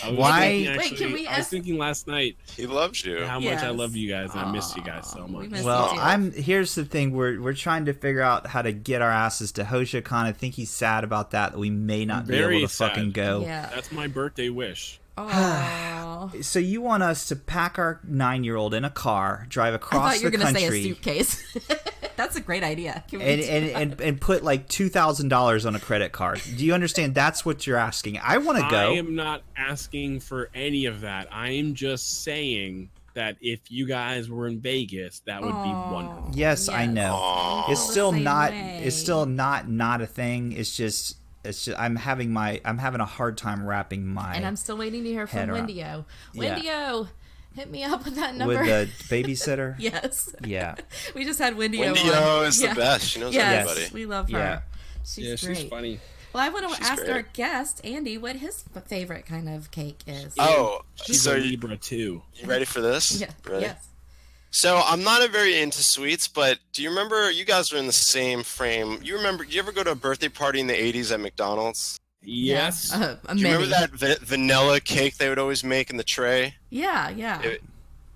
I was
Why-
Thinking,
Wait,
actually,
can we
I was
ask-
thinking last night
He loves you.
how much I
Yes.
love you guys and I miss you guys so much.
miss- Yes,
Well,
you do.
I'm here's the thing. We're we're trying to figure out how to get our asses to HoshiCon. I think he's sad about that. that We may not be
Very
able to
sad.
fucking go.
Yeah.
That's my birthday wish.
Oh.
So you want us to pack our nine year old in a car, drive
I
across
thought you were
the
gonna
country?
say a suitcase. That's a great idea. Can we
and
do
and,
that?
and, and put like two thousand dollars on a credit card. Do you understand? That's what you're asking. I want to
I
go.
am not asking for any of that. I am just saying that if you guys were in Vegas, that would
Aw.
be wonderful.
Yes, I know.
Aw.
It's
the
still
same
not.
way.
It's still not not a thing. It's just. It's just. I'm having my. I'm having a hard time wrapping my
And I'm still waiting to hear
Head
from
around.
Wendio.
Yeah.
Wendio, hit me up with that number.
with the babysitter.
yes.
Yeah.
We just had Wendio.
Wendy
on.
O is
Yeah.
the best. She knows
Yes,
everybody.
we love her.
Yeah.
She's
yeah,
great.
she's funny.
Well, I want to
She's
ask
great.
our guest Andy what his f- favorite kind of cake is.
Oh,
She's
so
a
you,
Libra too.
you ready for this?
yeah.
Ready?
Yes.
So I'm not a very into sweets, but do you remember you guys were in the same frame? You remember? You ever go to a birthday party in the '80s at McDonald's?
Yes.
Yeah. Uh, a
Do you
mini.
remember that va- vanilla cake they would always make in the tray?
Yeah, yeah.
It-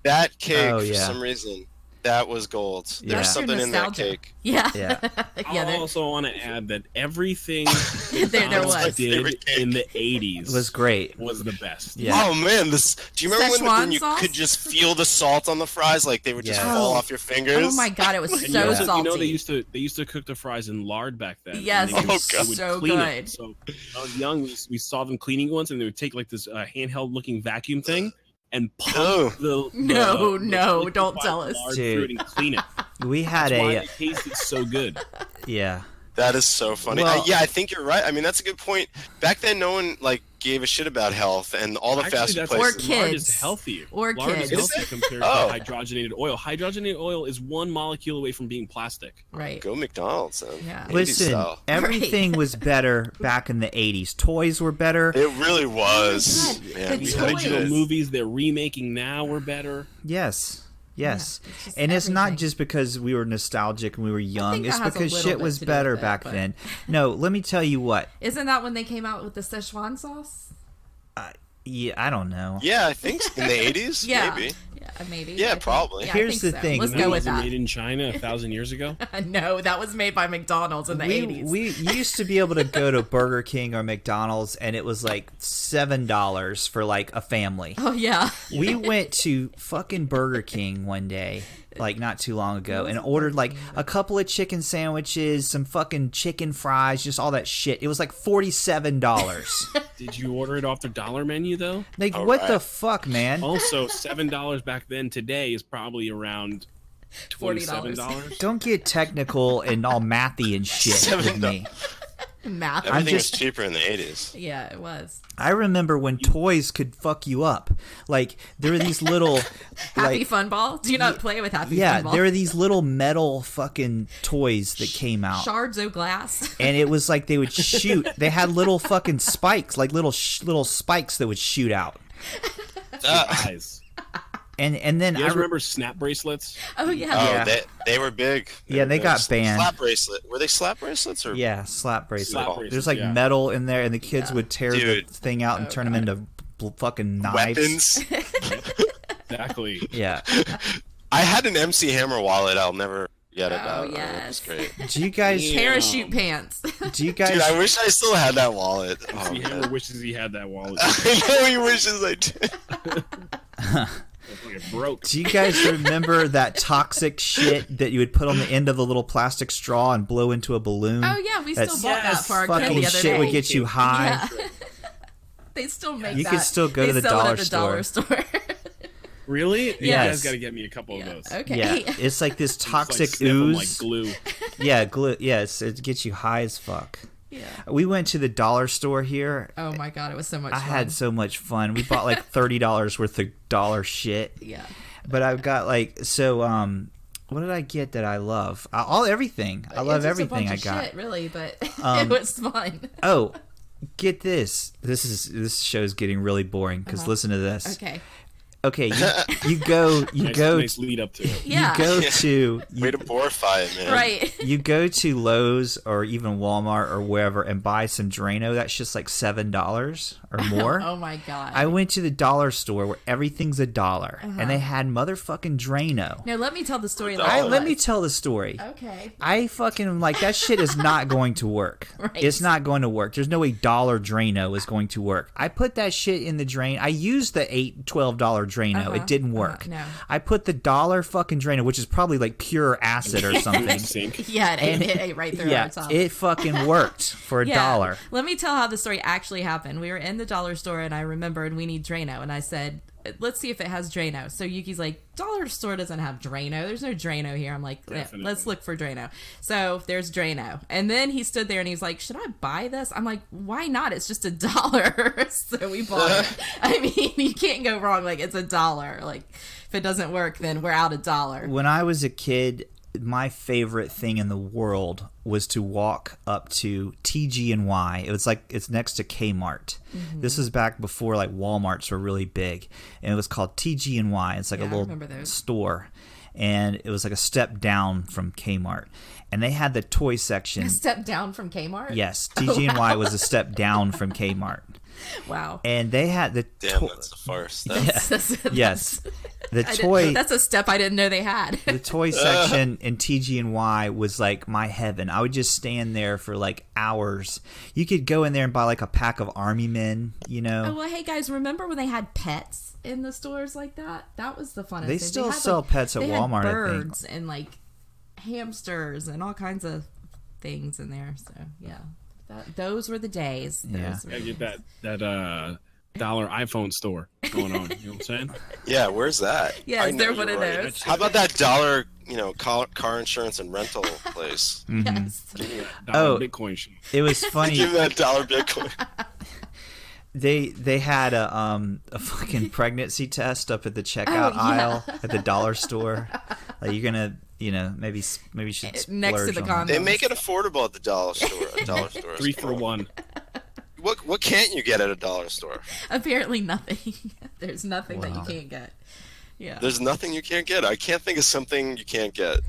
That cake,
Oh,
for
yeah.
some reason, that was gold. There
Yeah.
That's
was
your
something in that
nostalgia.
cake. Oh,
yeah.
Yeah.
yeah.
I
they're-
also want to add that everything
there, there
McDonald's
was.
was.
did in the 80s
It was great.
was the best.
Yeah.
Oh man, this. Do you remember when, the-
Szechuan
when you
sauce?
could just feel the salt on the fries, like they would just
Yeah.
fall
Oh.
off your fingers?
Oh my god, it was
And
so
you, also-
salty.
you know they used to they used to cook the fries in lard back then. and
Yes,
they would-
Oh,
they
God.
would
so
clean it.
good.
So when I was young, we, we saw them cleaning once, and they would take like this uh, handheld looking vacuum thing and pump
Oh.
the, the-
No,
the
no,
liquid
don't
white
tell us.
lard
Dude.
fruit and clean it.
We had
That's why
a.
it tasted so good.
Yeah.
That is so funny.
Well-
I, yeah, I think you're right. I mean, that's a good point. Back then, no one like gave a shit about health, and all the
Actually,
fast food
that's
places.
why lard is
kids.
healthier.
Or
lard is
kids.
healthy compared
Oh.
to hydrogenated oil. Hydrogenated oil is one molecule away from being plastic.
right.
Go McDonald's. Man.
Yeah.
80s
Listen,
style.
everything was better back in the 80s. Toys were better.
it really was.
Oh my God,
Man,
the
we
These
had
toys.
original
kids.
movies they're remaking now were better.
Yes. Yes.
it's just
and it's not
everything.
just because we were nostalgic and we were young.
think
It's
that has a
because
little
shit
bit
was
to do
better
with it,
back
but-
then. No, let me tell you what.
Isn't that when they came out with the Szechuan sauce?
Yeah, I don't know.
Yeah, I think in the 80s,
Yeah.
maybe.
Yeah, maybe.
Yeah,
I think-
probably.
yeah, I
Here's
think
the
so.
thing,
Let's
That
go with
wasn't
that.
made in China a thousand years ago.
no, that was made by McDonald's in the
we
80s.
we used to be able to go to Burger King or McDonald's and it was like seven dollars for like a family.
oh, yeah.
we went to fucking Burger King one day, like not too long ago, and ordered like a couple of chicken sandwiches, some fucking chicken fries, just all that shit. It was like forty-seven dollars.
Did you order it off their dollar menu though?
like
All
what the
right.
fuck, man?
Also, seven dollars back then today is probably around twenty-seven dollars.
Don't get technical and all mathy and shit with
Seven
me.
Math.
Everything
just-
was cheaper in the 80s.
yeah, it was.
I remember when toys could fuck you up. Like there were these little
Happy
like,
Fun Ball? Do you not play with Happy
Yeah,
Fun Ball?
there were these little metal fucking toys that came out.
Shards of glass.
and it was like they would shoot. They had little fucking spikes, like little sh- little spikes that would shoot out.
Ah,
Guys,
And and then
you
I
guys
re-
remember snap bracelets?
Oh, yeah.
oh,
Yeah.
They, they were big.
Yeah,
were
they
big.
got banned.
Slap bracelet. Were they slap bracelets or?
yeah, slap bracelet.
Slap bracelets,
There's like
yeah.
metal in there, and the kids would tear
Dude.
the thing out
Oh,
and turn them into bl- fucking knives.
Weapons.
Exactly.
Yeah.
I had an MC Hammer wallet. I'll never forget about. Oh, it. It
Oh, yes.
was great.
Do you guys?
Yeah.
Parachute pants.
Do you guys?
Dude, I wish I still had that wallet. Oh,
MC
man.
Hammer wishes he had that wallet.
I know he wishes I did.
It broke.
do you guys remember that toxic shit that you would put on the end of a little plastic straw and blow into a balloon?
oh, yeah, we still
That's-
bought that for our kid
fucking
the other
shit
day.
would get you high.
Yeah. they still make
You
that.
can still go
They
to the
sell it
dollar
at the dollar store.
Really? You
Yes.
guys got to get me a couple
Yeah,
of those.
Okay.
Yeah, it's like this
Just, like,
toxic
sniff 'em
ooze.
like glue.
yeah, glue. Yes, it gets you high as fuck.
Yeah.
We went to the dollar store here.
Oh my god, it was so much
I
fun.
had so much fun. We bought like thirty dollars worth of dollar shit.
yeah.
But I've got like so. Um, what did I get that I love? I, all everything. I love
It's just a bunch
everything I
of
got.
Shit, really, but
Um,
it was fun.
Oh, get this. This is this show's getting really boring. Because listen to this.
Uh-huh. Okay.
Okay, you, you go. You
Nice,
go.
nice lead up to it.
Yeah.
You go to. You,
Way to borify it, man.
right.
you go to Lowe's or even Walmart or wherever and buy some Drano. That's just like seven dollars or more.
Oh my god.
I went to the dollar store where everything's a dollar, and
Uh-huh.
they had motherfucking Drano.
now let me tell the story.
I-
I,
like it
let me
was.
tell the story.
Okay.
I fucking am like that shit is not going to work.
Right.
It's not going to work. There's no way dollar Drano is going to work. I put that shit in the drain. I used the eight twelve dollar Drano.
Uh-huh.
It didn't work.
Uh-huh. No.
I put the dollar fucking Drano, which is probably like pure acid or something.
Sink.
Yeah, it, ate- it ate right through
yeah,
our top.
it fucking worked for a
Yeah.
dollar.
Let me tell how the story actually happened. We were in the dollar store and I remembered we need Drano. And I said, let's see if it has Drano. So Yuki's like, dollar store doesn't have Drano. There's no Drano here. I'm like, "Yeah,
Definitely.
let's look for Drano. So there's Drano. And then he stood there and he's like, should I buy this? I'm like, why not? It's just a dollar. so we bought it. I mean, you can't go wrong. Like, it's a dollar. Like, if it doesn't work, then we're out a dollar.
When I was a kid, my favorite thing in the world was to walk up to TG and Y. It was like it's next to Kmart.
Mm-hmm.
This was back before like Walmart's were really big, and it was called TG and Y. It's like
Yeah, I
a
remember
little
those.
store, and it was like a step down from Kmart, and they had the toy section.
Step down from Kmart?
Yes, TG and Y was a step down from Kmart,
Wow.
and they had the
Damn,
to-
that's a farce. That's
yes, the
I didn't-
toy.
That's a step I didn't know they had.
the toy section in TG and Y was like my heaven. I would just stand there for like hours. You could go in there and buy like a pack of army men, you
Oh,
know.
well, hey guys, remember when they had pets in the stores like that? That was the funnest.
They
thing.
still
had,
sell
like-
pets at
they had
Walmart, I think.
Birds and like hamsters and all kinds of things in there. So yeah, that, those were the days. Those
Yeah.
were
Gotta
the
get
days.
that that uh dollar iPhone store going on. You know what I'm saying?
Yeah, where's that?
Yeah,
I
is
know
there one
you're
of
right.
those?
How about that dollar, you know, car, car insurance and rental place?
Yes.
Dollar
Oh.
Bitcoin. shit.
It was funny.
Give me that dollar Bitcoin.
they they had a um a fucking pregnancy test up at the checkout
Oh, yeah.
aisle at the dollar store. Like you're gonna, you know, maybe s- maybe you should
It- Eh, next to
splurge
the
on that.
condom.
They make it affordable at the dollar store. At dollar store.
Three for one.
What what can't you get at a dollar store?
Apparently nothing. There's nothing that
Wow.
you can't get. Yeah.
There's nothing you can't get. I can't think of something you can't get.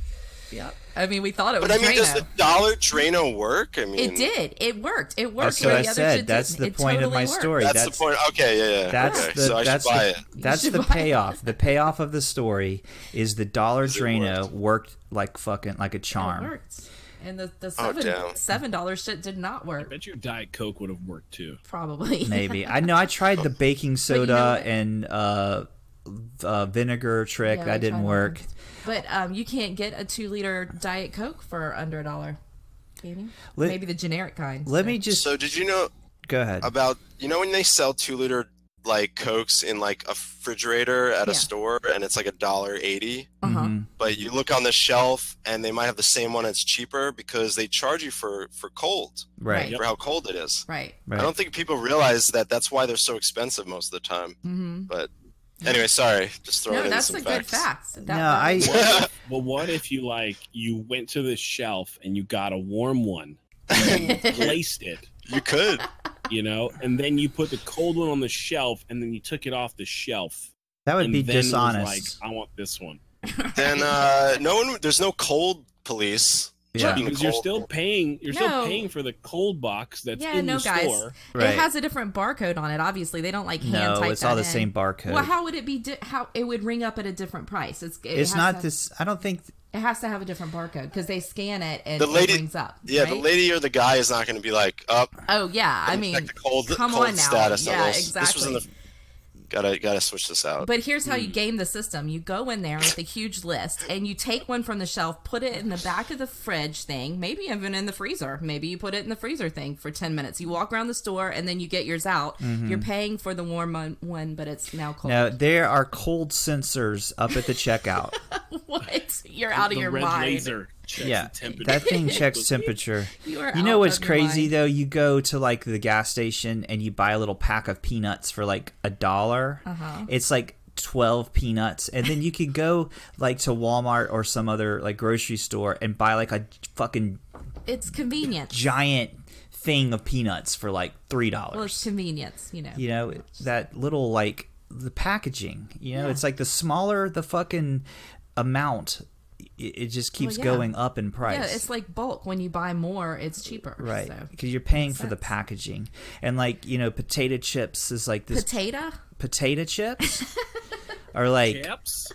yeah. I mean, we thought it was
But I mean, does
Drano.
the dollar Drano work? I mean,
It did. It worked. It worked.
That's
where
what I
the other
said.
shit
That's the
didn't. It
point of
totally
my
worked.
story.
That's,
That's
the point. Okay, yeah, yeah.
That's
okay.
the
so I
that's
should buy
the,
it.
that's
should
the
buy it.
payoff. The payoff of the story is the dollar
it
Drano worked like fucking like a
It
charm.
worked. And the, the
Oh,
seven
damn.
seven dollar shit did not
I
work.
bet you Diet Coke would have worked too.
Probably.
Maybe I know I tried the baking
know
soda
what?
and uh, uh, vinegar trick.
Yeah, we
that didn't
tried
work.
that But um, you can't get a two liter Diet Coke for under a dollar. Maybe,
Let-
Maybe the generic kind.
Let me just
So Uh-huh. did you know
go ahead.
about you know when they sell two liter like cokes in like a refrigerator at
Yeah.
a store and it's like a dollar eighty?
Uh-huh.
Mhm.
but you look on the shelf and they might have the same one that's cheaper because they charge you for for cold
Right,
Right.
for how cold it is
Right.
right.
i don't think people realize that that's why they're so expensive most of the time
Mm-hmm.
but anyway sorry just throwing
No,
in
that's
some
a good
facts
fact. That-
no, I
that-
Well, what if you like you went to the shelf and you got a warm one, and you placed it,
you could
you know, and then you put the cold one on the shelf, and then you took it off the shelf.
that would
and
be
then was
dishonest.
like I want this one
then uh no one there's no cold police
Yeah.
Even
because you're
cold.
still paying. You're
No.
still paying for the cold box that's
Yeah,
in
no,
the
guys.
store.
right.
It has a different barcode on it. Obviously, they don't like hand
no,
type
it's all the
that in.
same barcode.
Well, how would it be? Di- how it would ring up at a different price? It's it
it's
has
not
to-
this. I don't think.
It has to have a different barcode because they scan it and
The lady-
it rings up.
yeah the
right?
lady or the guy is not going to be like up
Oh yeah, I
check
mean,
the cold,
come
cold
on now.
status on
yeah,
this.
exactly.
this was in the gotta gotta switch this out
But here's how you game the system. You go in there with a huge list and you take one from the shelf, put it in the back of the fridge thing, maybe even in the freezer. Maybe you put it in the freezer thing for 10 minutes. You walk around the store and then you get yours out. You're paying for the warm on- one, but it's now cold.
No, there are cold sensors up at the checkout.
what? You're out of
the
your
red
mind.
laser checks
yeah,
the temperature.
that thing checks
Goes,
temperature.
You, are
You know
out
what's
of your
crazy
mind.
though? You go to like the gas station and you buy a little pack of peanuts for like a dollar.
Uh-huh.
It's like 12 peanuts and then you could go like to Walmart or some other like grocery store and buy like a fucking
It's convenience.
giant thing of peanuts for like $3.
Well, it's convenience, you know.
you know, that little like the packaging, you know,
Yeah.
it's like the smaller the fucking amount it, it just keeps
yeah.
going up in price.
Yeah, it's like bulk. When you buy more, it's cheaper.
Right,
So.
because you're paying for the
sense.
packaging, and like you know, potato chips is like this
Potato?
potato chips, or like
Caps.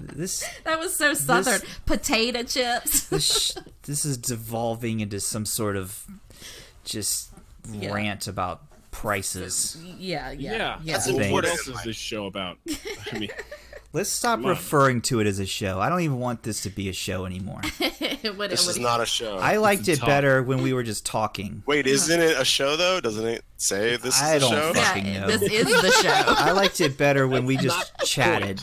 this.
That was so southern. Potato chips.
This, sh- this is devolving into some sort of just rant about crisis.
Yeah, yeah,
yeah.
yeah.
That's
Well,
Thanks.
what else is this show about? I mean,
Let's stop
Come on.
referring to it as a show. I don't even want this to be a show anymore.
What-
This
what-
is not a show.
I liked it
talk.
better when we were just talking.
Wait, isn't it a show though? Doesn't it say this is
I
a
don't
show?
think-
Yeah,
fucking know.
this is the show.
I liked it better when we just chatted.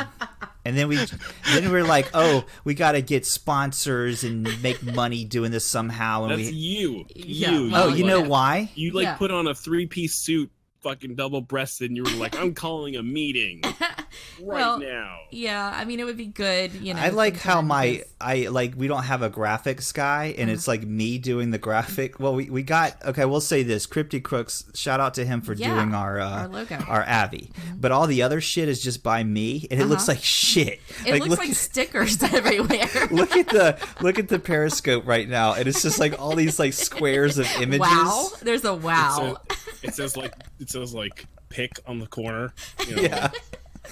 And then we then we were like, "Oh, we got to get sponsors and make money doing this somehow." And
that's
we
you.
Yeah,
you.
Oh,
well,
you know
yeah.
why?
You like
Yeah.
put on a three piece suit, fucking double breasted, and you were like, I'm calling a meeting right
Well,
now.
Yeah, I mean it would be good, you know.
I like how
sometime
my
because-
I like we don't have a graphics guy, and
Uh-huh.
it's like me doing the graphic. Well, we, we got okay. We'll say this, Crypty Crooks. Shout out to him for
Yeah,
doing our uh,
our logo.
our Avi. But all the other shit is just by me, and it looks
Uh-huh.
like shit.
it looks
look,
like stickers everywhere.
look at the look at the Periscope right now, and it's just like all these like squares of images.
Wow, there's
So
a wow.
it says like it says like pick on the corner. You know,
Yeah,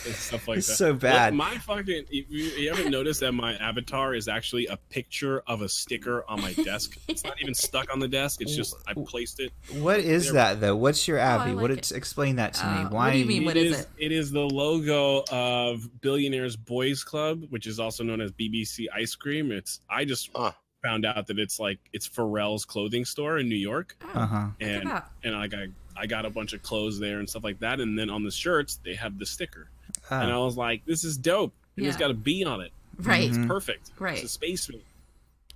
and stuff like
It's
that.
so bad.
Look, my fucking. If you, you haven't noticed that my avatar is actually a picture of a sticker on my desk. It's not even stuck on the desk. It's just I placed it.
what is that though? What's your Avi?
Oh, like
what?
it.
It's, explain that to
Uh,
me.
what
Why?
do you mean? what is it?
It is the logo of Billionaires Boys Club, which is also known as BBC Ice Cream. It's I just
Huh.
found out that it's like it's Pharrell's clothing store in New York,
Uh
Uh-huh.
huh.
and
that.
and like I I got a bunch of clothes there and stuff like that. And then on the shirts they have the sticker,
Ah.
and I was like, this is dope. And it's
Yeah.
got a B on it.
right.
Mhm.
Perfect.
Right.
It's a space meeting.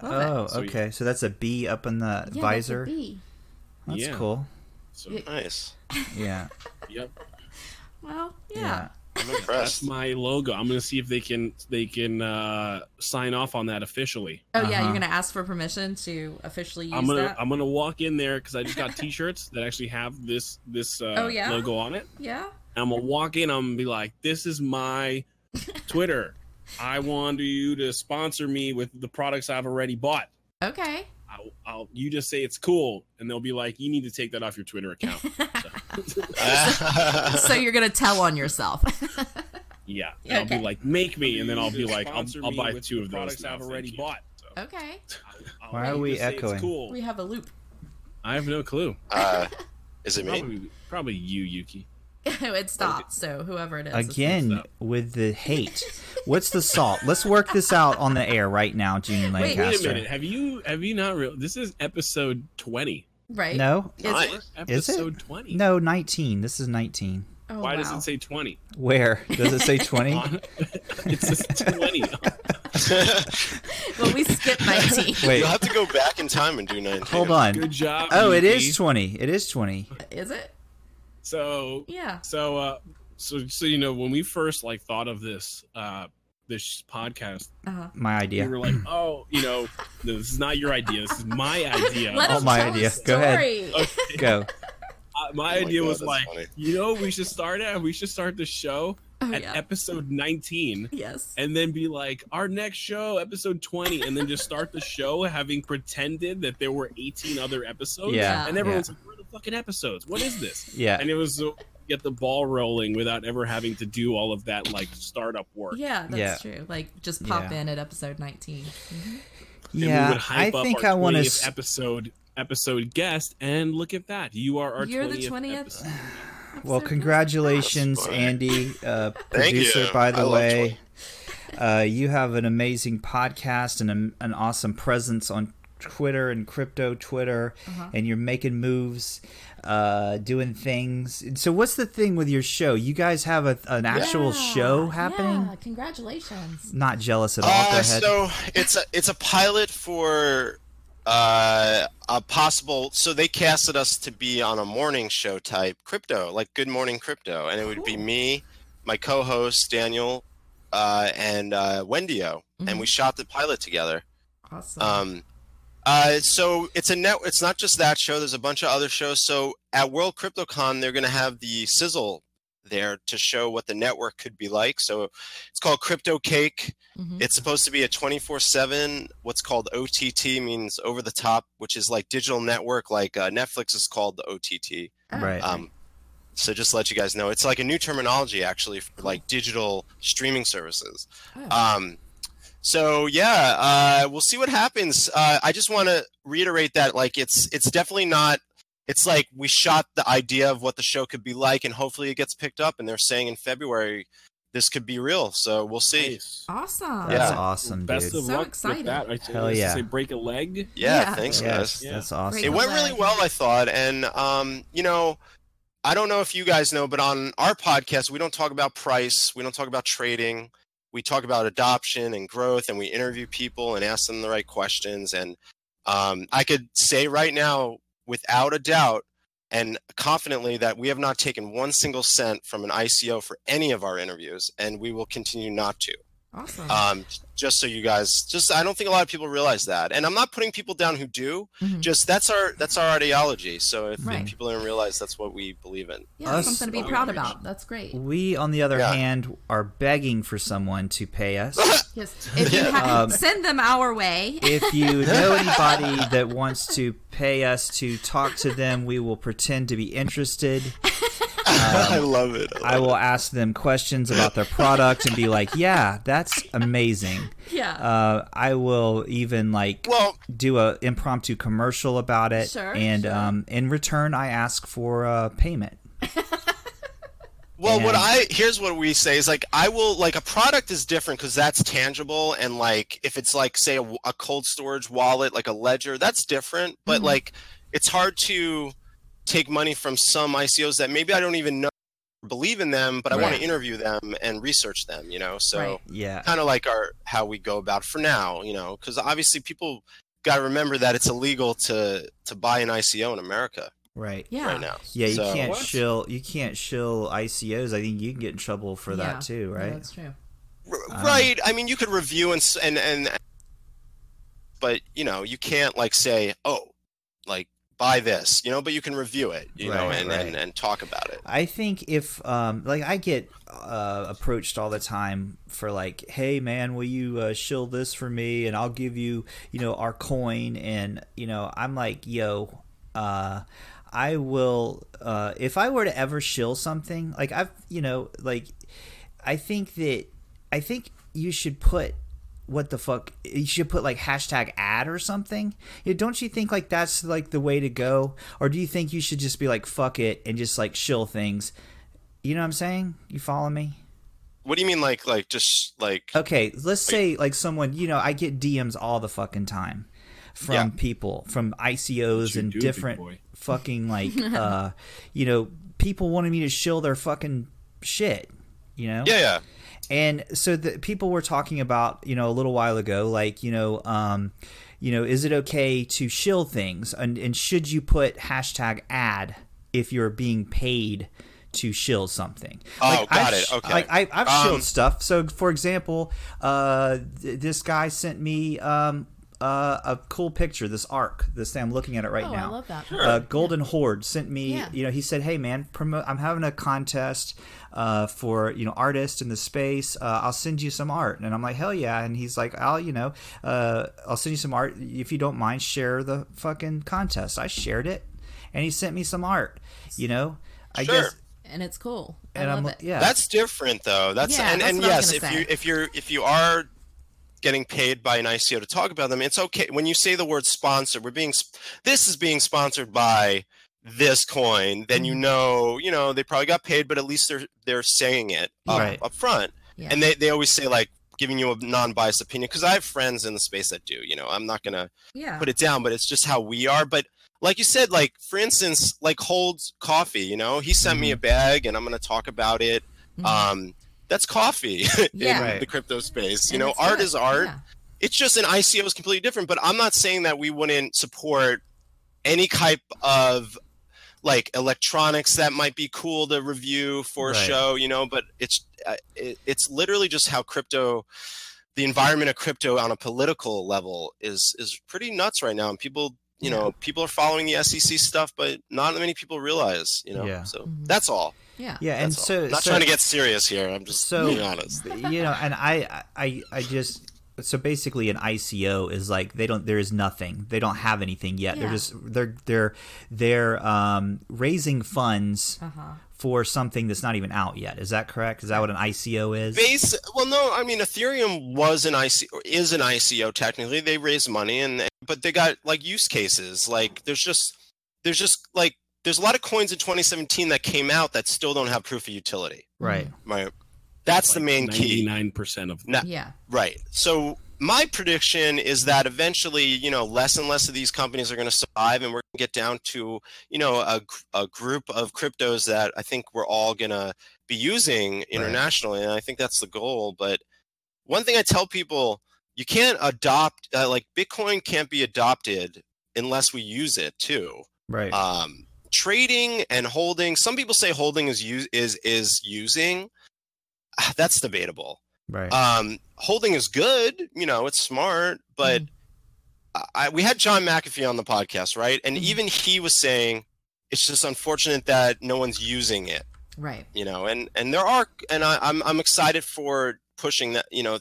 Love
Oh,
So you-
okay. So that's a B up in the
it. Yeah, that's a
visor.
bee.
That's
Yeah.
cool.
So
Yeah.
Nice.
Yeah.
yep.
Well, yeah.
Yeah.
I'm
That's
impressed.
my logo. I'm gonna see if they can they can uh, sign off on that officially.
Oh yeah,
Uh-huh.
you're gonna ask for permission to officially use
I'm gonna
that.
I'm gonna walk in there because I just got T-shirts that actually have this this uh,
Oh, yeah?
logo on it.
yeah.
I'm gonna walk in. I'm gonna be like, "This is my Twitter. I want you to sponsor me with the products I've already bought."
Okay.
I'll, I'll you just say it's cool, and they'll be like, "You need to take that off your Twitter account."
so you're gonna tell on yourself.
Yeah,
Yeah,
I'll be
okay.
like, "Make me," and then I'll be
You
like, "I'll,
sponsor
I'll
me
buy
with
two
the
of those
products
now,
I've
thank
already
you."
bought.
So,
okay.
I'll-
Why
I'll
are we
just say it's
echoing?
cool.
We have a loop.
I have no clue.
Uh, is it me?
Probably, probably you, Yuki.
it stopped. So whoever it is, it's-
Again
up.
with the hate. What's the salt? Let's work this out on the air right now, Junior
Wait, wait a
Wait a
Lancaster.
minute. Have you have you not real? This is episode twenty.
right?
No.
Is
Nice.
it?
Is it?
Episode twenty.
No, 19. This is 19.
Oh,
Why does
wow.
it say twenty?
Where? Does it say 20?
it says twenty. Oh,
Well, we skipped 19.
Wait.
You'll have to go back in time and do 19.
Hold
Good
on.
job.
Oh, it
Yuki.
is 20. It is 20.
Is it?
So
Yeah.
so uh so so you know when we first like thought of this uh this podcast
Uh-huh.
My
we were
idea.
like oh you know no, this is not your idea this is my idea
Let
Oh,
us
my
tell
idea.
A story.
Go ahead. Go.
Uh, my
Oh my
idea
God,
was
that's
like
funny.
you know what we should start at we should start the show
Oh,
at
yeah.
episode 19
yes.
and then be like our next show episode 20 and then just start the show having pretended that there were 18 other episodes
Yeah,
and everyone's like where are the fucking episodes what is this
Yeah.
and it was uh, get the ball rolling without ever having to do all of that like startup work
Yeah, that's
Yeah.
true. Like, just pop
Yeah. Mm-hmm.
in at episode 19. Mhm.
and we would
Yeah. I
hype up
think
our
I want
20th
to.
episode episode guest and look at that you are our
You're the
20th,
20th?
episode.
Well,
Episode
congratulations,
That's funny.
Andy, uh,
Thank you.
producer, by the
I love
way. Uh, you have an amazing podcast and an an awesome presence on Twitter and crypto Twitter, and you're making moves, uh, doing things. And So, what's the thing with your show? You guys have a, an actual
Yeah,
show happening?
Yeah, congratulations.
Not jealous at all. Go
Uh,
ahead.
so it's a it's a pilot for uh, a possible. So they casted us to be on a morning show type crypto, like Good Morning Crypto, and it would be
Cool.
me, my co-host Daniel, uh, and uh, Wendio, and
Mm-hmm.
we shot the pilot together.
Awesome.
Um, uh, so it's a net. It's not just that show. There's a bunch of other shows. So at World CryptoCon, they're going to have the sizzle there to show what the network could be like. So it's called Crypto Cake.
Mhm.
It's supposed to be a 24/7. What's called OTT means over the top, which is like digital network. Like uh, Netflix is called the OTT.
Oh,
right.
Um, so just to let you guys know, it's like a new terminology actually for like digital streaming services.
Oh.
Um, so yeah, uh, we'll see what happens. Uh, I just want to reiterate that like it's it's definitely not it's like we shot the idea of what the show could be like, and hopefully it gets picked up. And they're saying in February this could be real, so we'll see.
Nice.
Awesome.
That's
Yeah.
awesome,
Best
dude.
of
So
luck
excited.
with that. I
Hell
I
yeah.
say break a leg.
Yeah,
Yeah.
thanks,
yes,
guys.
Yeah.
that's awesome.
It went really well, I thought, and um, you know, I don't know if you guys know, but on our podcast, we don't talk about price, we don't talk about trading, we talk about adoption and growth, and we interview people and ask them the right questions. And um, I could say right now, without a doubt and confidently, that we have not taken one single cent from an ICO for any of our interviews, and we will continue not to
Awesome.
um, just so you guys just i don't think a lot of people realize that and i'm not putting people down who do
Mhm.
just that's our that's our ideology so if, if
Right.
people don't realize that's what we believe in
yeah,
us-
something
oh,
to be proud about. That's great.
We, on the other
Yeah.
hand, are begging for someone to pay us.
Yes. If you
Um,
ha- send them our way.
if you know anybody that wants to pay us to talk to them, we will pretend to be interested.
i love it
I will ask them questions about their product and be like, "Yeah, that's amazing."
yeah.
Uh, I will even like
well
do a impromptu commercial about it,
Sure,
and
sure.
Um, in return, I ask for uh, payment.
well what
Yeah.
i here's what we say is like i will like a product is different because that's tangible and like if it's like say a, w- a cold storage wallet like a ledger that's different but
Mm-hmm.
like it's hard to take money from some icos that maybe i don't even know or believe in them but i want
Right.
to interview them and research them you know so
Right.
Yeah,
kind of like our how we go about for now, you know, because obviously people got to remember that it's illegal to to buy an ICO in America
right.
yeah.
right now.
Yeah, you
So-
can't
What?
shill. You can't shill ICOs. I think you can get in trouble for
Yeah.
that too,
Yeah,
right?
that's true.
R-
um,
right. I mean, you could review and s- and and, but you know, you can't like say, oh, like buy this, you know, but you can review it, you know,
Right,
and, and
right.
and talk about it.
I think if um, like I get uh, approached all the time for like, hey man, will you uh, shill this for me, and I'll give you you know our coin, and you know I'm like, yo, uh, I will uh, if I were to ever shill something, like I've you know like I think that I think you should put what the fuck you should put like hashtag ad or something You- don't you think like that's like the way to go or do you think you should just be like fuck it and just like shill things you know what i'm saying you follow me
What do you mean, like like just like
okay let's say like someone you know i get dms all the fucking time from
Yeah.
people from icos
you
and
do, big
different
boy.
fucking like uh you know people wanted me to shill their fucking shit you know
yeah, yeah.
and so the people were talking about, you know, a little while ago, like, you know, um, you know, is it okay to shill things, and, and should you put hashtag ad if you're being paid to shill something?
Oh,
Like,
got
I've
it.
sh-
Okay.
Like I, I've
Um,
shilled stuff. So, for example, uh, th- this guy sent me um, uh, a cool picture, this arc, this thing I'm looking at it right
Oh,
now
I love that.
uh, Golden Horde sent me.
Yeah.
You know, he said, "Hey man, promote. I'm having a contest uh, for you know artists in the space. Uh, I'll send you some art." And I'm like, "Hell yeah!" And he's like, "I'll you know, uh, I'll send you some art if you don't mind. Share the fucking contest." I shared it, and he sent me some art. You know, I
Sure.
guess.
And it's cool. I
And
love
I'm
it.
yeah.
That's different though. That's
Yeah,
and,
that's
and
what I
yes,
was
if
gonna
you
say.
if you're if you are getting paid by an ICO to talk about them, it's okay. When you say the word sponsor, we're being sp- this is being sponsored by this coin, then
Mm-hmm.
you know, you know, they probably got paid, but at least they're they're saying it up,
Right.
up front.
Yeah.
And they, they always say like giving you a non-biased opinion because I have friends in the space that do, you know, I'm not gonna
yeah.
put it down, but it's just how we are. But like you said, like for instance, like Hold's coffee, you know, he sent
Mm-hmm.
me a bag and I'm gonna talk about it.
Mhm.
Um that's coffee
Yeah.
in
Right.
the crypto space. You
And
know,
it's
art
good.
is art.
Yeah.
It's just an ICO is completely different, but I'm not saying that we wouldn't support any type of like electronics that might be cool to review for a
Right.
show, you know, but it's uh, it, it's literally just how crypto the environment of crypto on a political level is is pretty nuts right now and people you know people are following the SEC stuff but not many people realize you know
Yeah.
so
Mhm.
that's all
Yeah.
yeah, and
that's all.
so
not
so,
trying to get serious here I'm just
So-
being honest
you know, and I, I, I just so basically an ICO is like they don't there is nothing they don't have anything yet they're
Yeah.
just they're they're they're um, raising funds
Uh-huh.
for something that's not even out yet is that correct is that what an ICO is
base well no I mean Ethereum was an ICO or is an ICO technically they raised money and but they got like use cases like there's just there's just like there's a lot of coins in 2017 that came out that still don't have proof of utility.
Right.
Mm-hmm.
My that's the main key.
Ninety-nine percent of them.
No,
Yeah.
Right. So my prediction is that eventually, you know, less and less of these companies are going to survive, and we're going to get down to, you know, a, gr- a group of cryptos that I think we're all going to be using internationally, and I think that's the goal. But one thing I tell people, you can't adopt uh, like Bitcoin can't be adopted unless we use it too
Right.
um, trading and holding some people say holding is use is is using Ah, that's debatable
right.
um, holding is good you know it's smart but I- I, we had john mcafee on the podcast right and
Mhm.
even he was saying it's just unfortunate that no one's using it
Right.
you know and and there are and I, i'm i'm excited for pushing that you know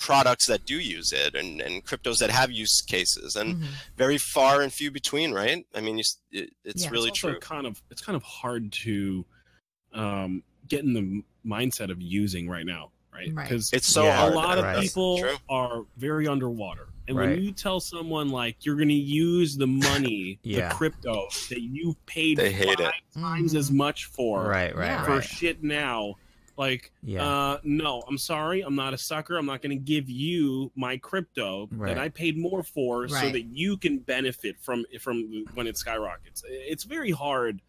products that do use it and and cryptos that have use cases and
Mhm.
very far and few between right i mean you, s- it, it's
Yeah.
really
it's
true
also Kind of, it's kind of hard to um, get in the m- mindset of using right now, right?
Right.
Because
It's so
Yeah,
a
hard.
lot of
right.
people
True.
are very underwater, and
Right.
when you tell someone like you're going to use the money,
Yeah.
the crypto that you paid
They
five
hate
Mm-hmm.
times as much for
right. Right.
Yeah.
for
Right.
shit now, like
Yeah.
Uh, no, I'm sorry. I'm not a sucker. I'm not going to give you my crypto
Right.
that I paid more for so
Right.
that you can benefit from from when it skyrockets. It's very hard,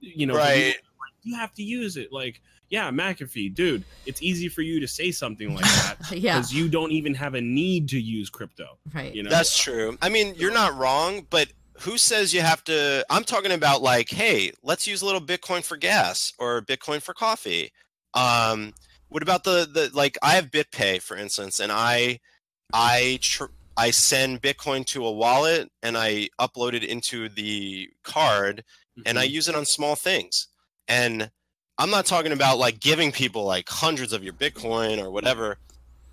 you know. You,
right.
you have to use it. Like, yeah, McAfee, dude. It's easy for you to say something like that
Mm-hmm. yeah.
because you don't even have a need to use crypto.
Right.
You know,
That's true. I mean, you're not wrong, but who says you have to? I'm talking about like, hey, let's use a little Bitcoin for gas or Bitcoin for coffee. Um, what about the the like? I have BitPay for instance, and I I tr- I send Bitcoin to a wallet and I upload it into the card,
Mm-hmm.
and I use it on small things. And I'm not talking about like giving people like hundreds of your Bitcoin or whatever.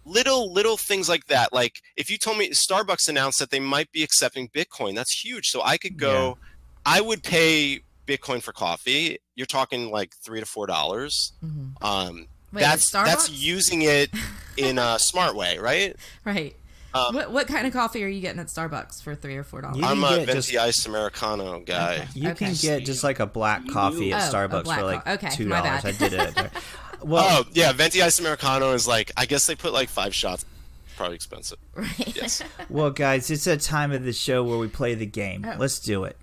Little little things like that. Like if you told me Starbucks announced that they might be accepting Bitcoin, that's huge. So I could go, I would pay Bitcoin for coffee. You're talking like three to four dollars.
Mhm.
Um,
Wait,
that's
Starbucks?
that's using it in a smart way, right?
Right.
Um,
what what kind of coffee are you getting at Starbucks for three or four dollars?
You
I'm
can
a
get
venti
just-
iced americano guy.
Okay.
You can get just like a black
You
coffee
do.
at
Oh, a
Starbucks
black
for like
co- okay,
two
my
dollars.
bad.
I did it. Well,
oh yeah, venti iced americano is like I guess they put like five shots. Probably expensive.
Right.
Yes.
Oh.
well, guys, it's a time of the show where we play the game.
Oh.
Let's do it.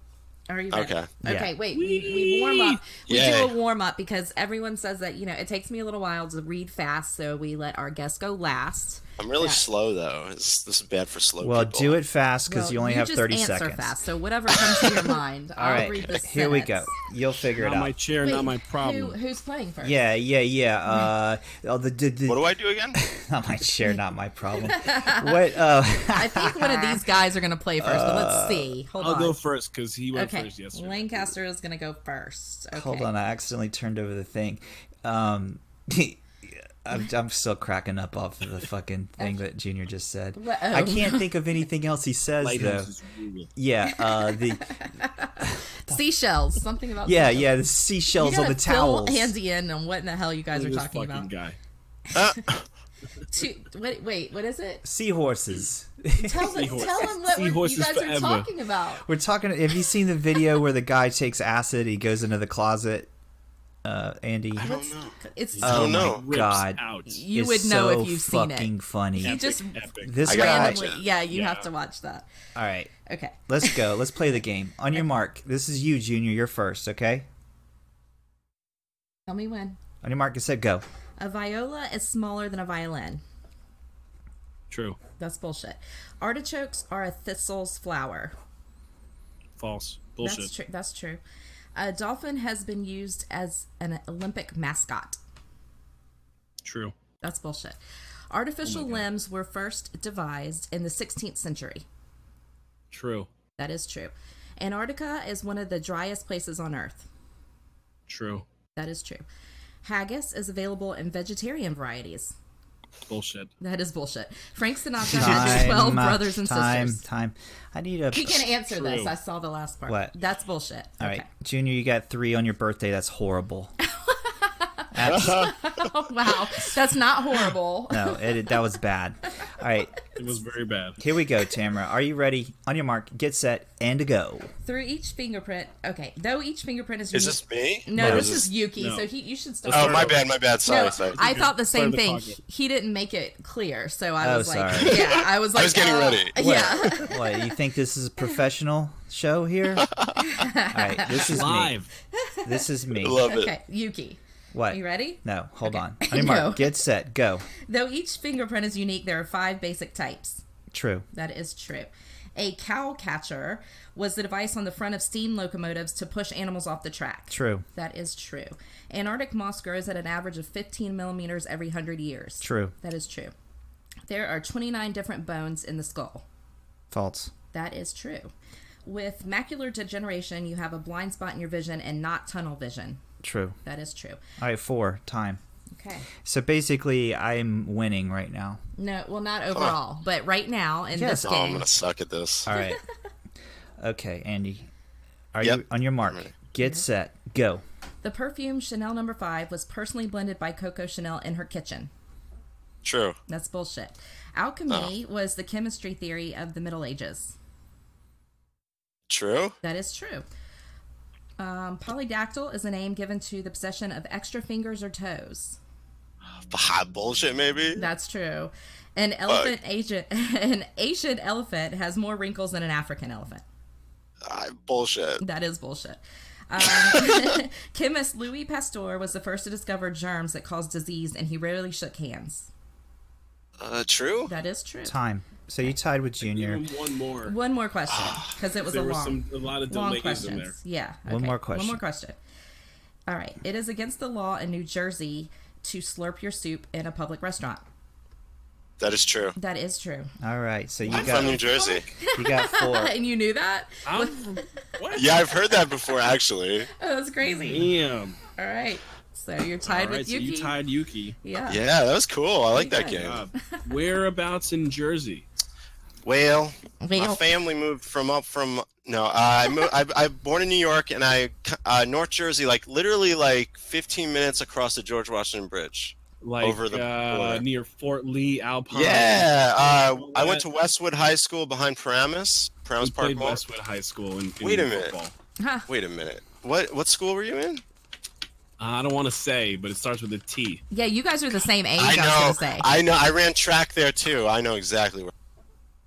Are you ready?
Okay.
Yeah.
Okay, wait. We, we warm up. We
Yay.
do a warm up because everyone says that, you know, it takes me a little while to read fast, so we let our guests go last.
I'm really
Yeah.
slow though. It's, this is bad for
Oh,
slow
Well,
people.
do it fast because
Well,
you only have
just
thirty
answer
seconds.
fast, so whatever comes to your mind.
All
I'll
right,
read the
here we go.
sentence.
You'll figure
not
it out.
my chair,
Wait,
not my
Who,
problem.
who's playing first?
yeah, yeah, yeah. Uh, oh, the, the, the,
What do I do again?
not my chair, not my problem. what? Uh,
I think one of these guys are going to play first, but let's see. Hold
I'll
on.
go first because he went
okay.
first yesterday.
Lancaster is going to go first. Okay.
Hold on, I accidentally turned over the thing. Um, I'm, I'm still cracking up off of the fucking thing that Junior just said.
Wha-
I
oh.
can't think of anything else he says though.
Lighthouse is really-
Yeah, uh, the
Seashells. Something about
yeah,
seashells.
yeah, the
You
seashells on
gotta
the
fill
towels.
Andy in on what in the hell you guys
Look
are
at this
talking
fucking
about.
guy.
Two, wait, wait, what is it?
Seahorses.
Tell, them,
Seahorses.
tell them what we're, you
Seahorses
guys are
forever.
talking about.
We're talking. Have you seen the video where the guy takes acid? He goes into the closet. Uh, Andy.
don't
What's-
know.
It's
I
Oh
don't
my
know.
Rips
God.
out.
you
It's
would know
so
if you've seen
Fucking
it.
funny.
You
Epic,
just
epic.
This
I gotta
guy.
watch
randomly.
it.
Yeah, you
Yeah.
have to watch that.
All right,
Okay.
let's go. Let's play the game. On your mark. This is you, Junior. You're first. Okay.
Tell me when.
On your mark, get set, go.
A viola is smaller than a violin.
True.
That's bullshit. Artichokes are a thistle's flower.
False. Bullshit.
That's true. That's true. A dolphin has been used as an Olympic mascot.
True.
That's bullshit.
Oh
Artificial limbs were first devised in the 16th century.
True.
That is true. Antarctica is one of the driest places on Earth.
True.
That is true. Haggis is available in vegetarian varieties.
Bullshit.
That is bullshit. Frank Sinatra had
Time, uh,
12 brothers and
time,
sisters.
time. I need a.
He can answer this.
True.
I saw the last part.
What?
That's bullshit.
All
okay.
right, Junior, you got three on your birthday. That's horrible. Abs-
oh, wow, that's not horrible.
no, it, that was bad. All right,
It was very bad.
here we go, Tamara. Are you ready? On your mark, get set, and go.
Through each fingerprint, okay. Though each fingerprint is
Is
unique-
this me?
no,
Or
this is Yuki,
no.
so he you should start.
Oh, my
over.
bad, my bad. Sorry,
No,
sorry.
I thought the same
the
thing.
pocket.
He didn't make it clear, so I
Oh,
was like,
sorry.
yeah, I was like,
was getting
uh,
ready.
Yeah,
What? what? You think this is a professional show here? All right, this is
Live.
me. This is me.
I love it.
okay, Yuki.
What?
Are you ready?
No, hold
Okay.
on. On your mark,
No.
get set, go.
Though each fingerprint is unique, there are five basic types.
True.
That is true. A cow catcher was the device on the front of steam locomotives to push animals off the track.
True.
That is true. Antarctic moss grows at an average of 15 millimeters every 100 years.
True.
That is true. There are 29 different bones in the skull.
False.
That is true. With macular degeneration, you have a blind spot in your vision and not tunnel vision.
True.
That is true.
All right, four time.
Okay.
So basically, I'm winning right now.
No, well, not overall, but right now in
Yes.
this
Oh, I'm
game.
gonna suck at this.
All right. okay, Andy. Are you
Yep.
on your mark? Get set, go.
The perfume Chanel number five was personally blended by Coco Chanel in her kitchen.
True.
That's bullshit. Alchemy was the chemistry theory of the Middle Ages.
True.
That is true. Um, polydactyl is a name given to the possession of extra fingers or toes.
Hot bullshit, maybe.
That's true. An elephant Asian an Asian elephant has more wrinkles than an African elephant.
Ah, bullshit.
That is bullshit. Um, chemist Louis Pasteur was the first to discover germs that cause disease, and he rarely shook hands.
Uh, true.
That is true.
Time. So you tied with Junior.
Even one more.
One more question, because it was
there
a
was
long.
some a lot of
long
delays in there.
questions. Yeah.
One
okay.
more
One
question.
more question. All right. It is against the law in New Jersey to slurp your soup in a public restaurant.
That is true.
That is true.
All right, so you
I'm from New
got
Jersey.
you got four.
And you knew that?
I'm, what?
Yeah, I've heard that before, actually.
Oh, that's crazy.
Damn.
All right. So you're tied
All right,
with
so
Yuki.
you tied Yuki.
yeah.
Yeah, that was cool. I like that
Yeah.
game.
Uh, whereabouts in Jersey?
Well, my
Well,
family moved from up from no, I moved, I I born in New York and I uh, North Jersey, like literally like 15 minutes across the George Washington Bridge.
Like
Over the
uh,
border.
near Fort Lee, Alpine.
Yeah, uh, I
that-
went to Westwood High School behind Paramus,
I
Paramus Park
played
Mall.
Westwood High School in, in
Wait a minute.
football.
huh.
Wait a minute, what what school were you in?
I don't want to say, but it starts with a T.
Yeah, you guys are the same age, I,
I
was
know,
going to say.
I know, I ran track there too. I know exactly where.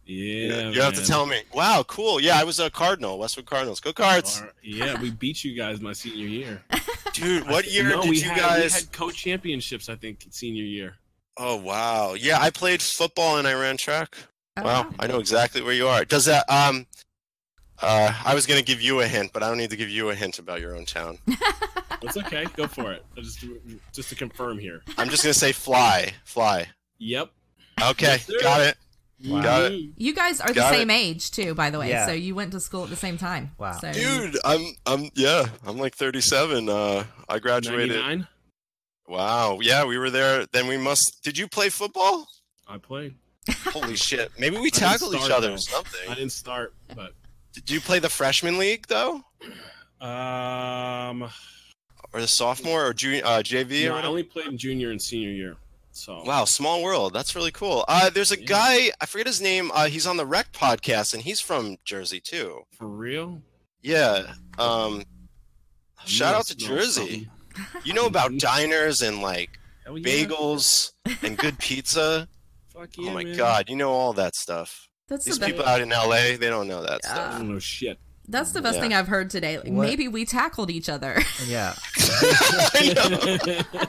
Yeah,
you have to
man.
tell me. Wow, cool. Yeah, I was a Cardinal, Westwood Cardinals. Go Cards,
Or- yeah, we beat you guys my senior year.
dude. What year
no,
did
we
you
had,
guys?
We had co-championships, I think, senior year.
Oh wow. Yeah, I played football and I ran track.
Oh,
Wow, I know exactly where you are. Does that um uh I was going to give you a hint, but I don't need to give you a hint about your own town.
That's okay. go for it. I Just, just to confirm here.
I'm just going to say fly, fly.
Yep. Mm-hmm.
Okay,
Yes, sir.
got it.
Wow.
Got
You-
You guys are the
Got it.
same age, too, by the way.
Yeah.
So you went to school at the same time.
Wow.
So
Dude, I'm I'm yeah, I'm like 37. Uh I graduated.
99?
Wow. Yeah, we were there. Then we must Did you play football?
I played.
Holy shit. Maybe we
didn't
tackled each
start,
other
though.
or
I
something.
didn't start, but
Did you play the freshman league though?
um,
Or the sophomore or junior uh JV or
no, I
whatever?
only played in junior and senior year. So
Wow, small world. That's really cool. Uh, there's a
Yeah.
guy I forget his name. Uh, he's on the Rec podcast, and he's from Jersey too.
for real.
Yeah. Um,
I'm
shout
gonna
out to
smell
Jersey.
something.
You know about
Mhm.
diners and like
Hell yeah.
bagels and good pizza.
Fuck yeah,
oh my
man.
god, you know all that stuff.
that's
These
the best.
people out in LA, they don't know that
I
stuff.
don't know shit.
That's the best
Yeah.
thing I've heard today. Like,
What?
maybe we tackled each other.
Yeah.
I know.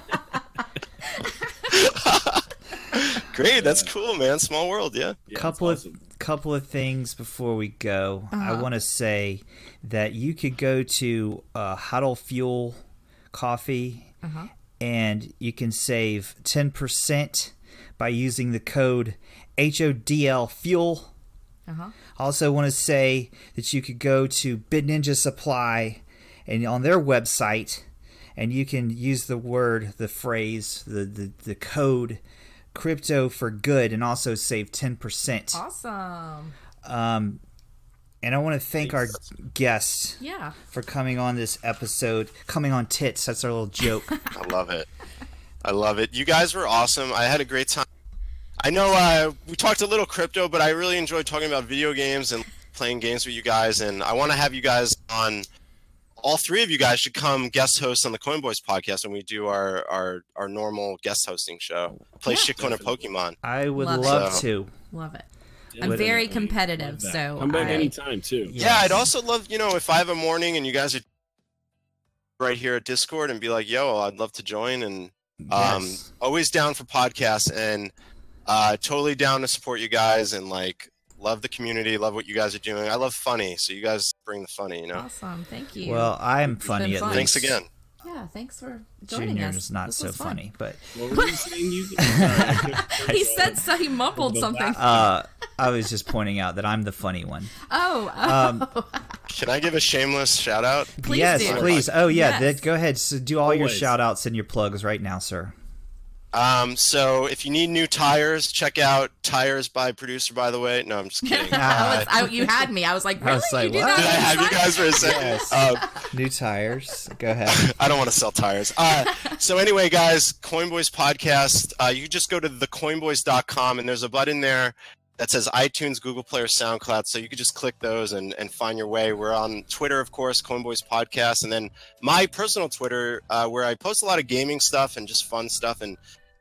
Great, that's cool, man. Small world, yeah.
Yeah,
couple
that's awesome.
of couple of things before we go. I
Uh-huh.
want to say that you could go to uh, Huddle Fuel Coffee,
Uh-huh.
and you can save ten percent by using the code HODL Fuel.
Uh-huh.
Also, want to say that you could go to Bid Ninja Supply and on their website, and you can use the word, the phrase, the the, the code crypto for good and also save 10%
Awesome.
um, And I want to thank our guests
Yeah.
for coming on this episode. Coming on tits. That's our little joke.
I love it. I love it. You guys were awesome. I had a great time. I know uh, we talked a little crypto, but I really enjoyed talking about video games and playing games with you guys. And I want to have you guys on. All three of you guys should come guest host on the Coin Boys podcast when we do our our, our normal guest hosting show. Play
Yeah.
shitcoin or Pokemon.
I would
Love
love,
it.
So-
to.
Love it.
Definitely.
I'm very
Love
competitive,
that.
so
come back
I-
anytime too.
Yeah.
Yeah, I'd also love, you know, if I have a morning and you guys are right here at Discord and be like, yo, I'd love to join and um
Yes.
always down for podcasts and uh totally down to support you guys and like love the community, love what you guys are doing. I love funny, so you guys bring the funny, you know.
Awesome. Thank you.
Well, I'm funny
been
at
fun.
least.
Thanks again.
yeah, thanks for joining
Junior
us.
is not
This
so
was fun.
funny, but
What were you saying? You Sorry, I couldn't-
He said so. He mumbled something.
uh, I was just pointing out that I'm the funny one.
Oh, oh.
Can I give a shameless shout out?
Please
Um, yes,
do.
please. Oh yeah,
Yes.
that, go ahead. So do all your
Always.
shout outs and your plugs right now, sir.
Um, so if you need new tires, check out Tires by Producer, by the way. No, I'm just kidding.
I
Uh,
was, I, you had me. I was like,
I
really?
was
you
like,
did
what?
did I
that?
have you guys for a second? Um,
Ah, New tires. Go ahead.
I don't want to sell tires. Uh, so anyway, guys, Coinboys podcast. Uh, you just go to thecoinboys.com and there's a button there that says iTunes, Google Play, or SoundCloud. So you could just click those and, and find your way. We're on Twitter, of course, Coinboys podcast, and then my personal Twitter uh, where I post a lot of gaming stuff and just fun stuff. And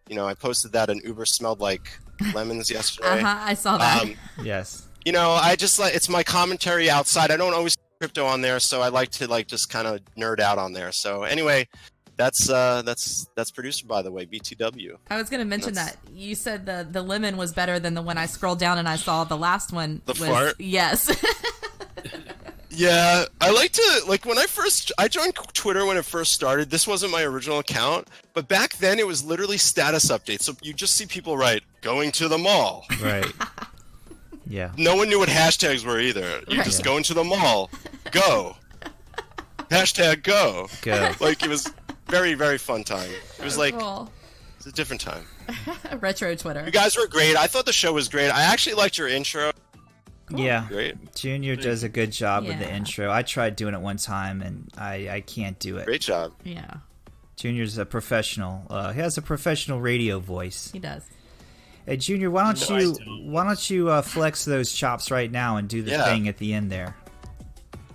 you know, I posted that an Uber smelled like lemons yesterday.
Uh-huh, I saw that.
Um,
yes.
you know, I just like it's my commentary outside. I don't always do crypto on there, so I like to like just kind of nerd out on there. So anyway, that's uh that's that's producer by the way, BTW.
I was going to mention
That's-
that you said the the lemon was better than the one I scrolled down and I saw the last one.
The
was,
fart?
Yes.
Yeah, I like to like when I first I joined Twitter when it first started. This wasn't my original account, but back then it was literally status updates. So you just see people write going to the mall.
Right. yeah.
No one knew what hashtags were either. You
Right.
just go into the mall, go. Hashtag go.
Go.
Like it was very very fun time. It was like
Cool.
It's a different time.
Retro Twitter.
You guys were great. I thought the show was great. I actually liked your intro.
Yeah.
Great,
Junior does a good job with the
Yeah.
intro. I tried doing it one time and I, I can't do it.
great job.
yeah,
Junior's a professional. Uh, he has a professional radio voice.
he does.
Hey, Junior, why don't
No, I
you
don't.
why don't you uh, flex those chops right now and do the
Yeah.
thing at the end there?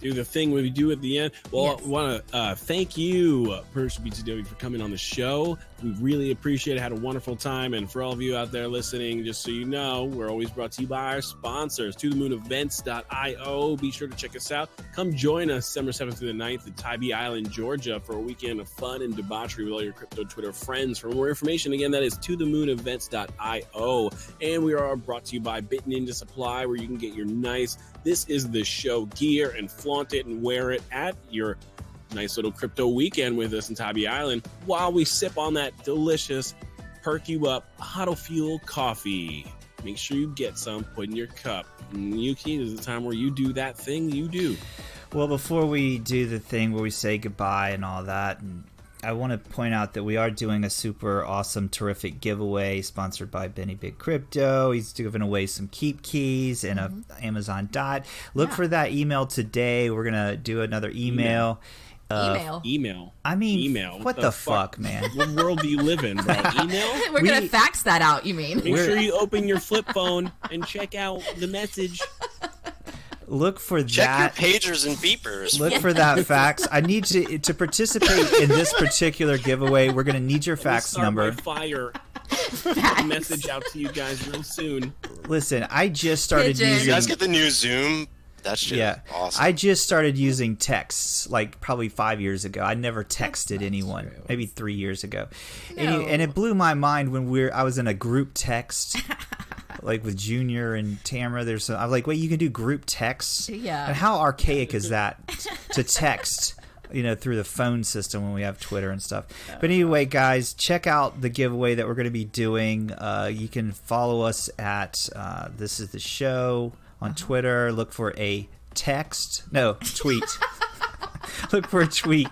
do the thing we do at the end. Well,
Yes.
I want to uh, thank you, uh, Producer BTW, for coming on the show. We really appreciate it. Had a wonderful time. And for all of you out there listening, just so you know, we're always brought to you by our sponsors, to the moon events.io. Be sure to check us out. Come join us December 7th through the 9th at Tybee Island, Georgia, for a weekend of fun and debauchery with all your crypto Twitter friends. For more information, again, that is to the moon events.io. And we are brought to you by Bitten Into Supply, where you can get your nice this is the show gear and flaunt it and wear it at your nice little crypto weekend with us in Tabby Island while we sip on that delicious perk you up huddle fuel coffee. Make sure you get some, put in your cup. And Yuki this is the time where you do that thing you do.
Well, before we do the thing where we say goodbye and all that, and I want to point out that we are doing a super awesome, terrific giveaway sponsored by Benny Big Crypto. He's giving away some keep keys and a Amazon Dot. Look
Mm-hmm. Yeah.
for that email today. We're gonna do another email. Uh,
Email.
Email.
I mean,
Email.
What, the, fuck, man?
What world do you live in, bro? Email?
We're
we-
gonna fax that out. You mean?
Make
We're-
sure you open your flip phone and check out the message.
Look for
Check
that.
your pagers and beepers.
Look for that fax. I need to to participate in this particular giveaway. We're gonna need your fax
Start
number.
by fire
Fax.
message out to you guys real soon.
Listen, I just started
Pigeon.
you guys
using.
get the new Zoom. That shit.
Yeah,
Yeah. Awesome.
I just started using texts like probably five years ago. I never texted anyone, maybe three years ago, and,
No.
and it blew my mind when we are I was in a group text. Like with Junior and Tamara, there's some, I'm like, wait, you can do group texts?
Yeah.
And how archaic is that to text, you know, through the phone system when we have Twitter and stuff? But anyway, guys, check out the giveaway that we're going to be doing. Uh, you can follow us at uh, This Is the Show on Twitter. Look for a text, no, tweet. look for a tweet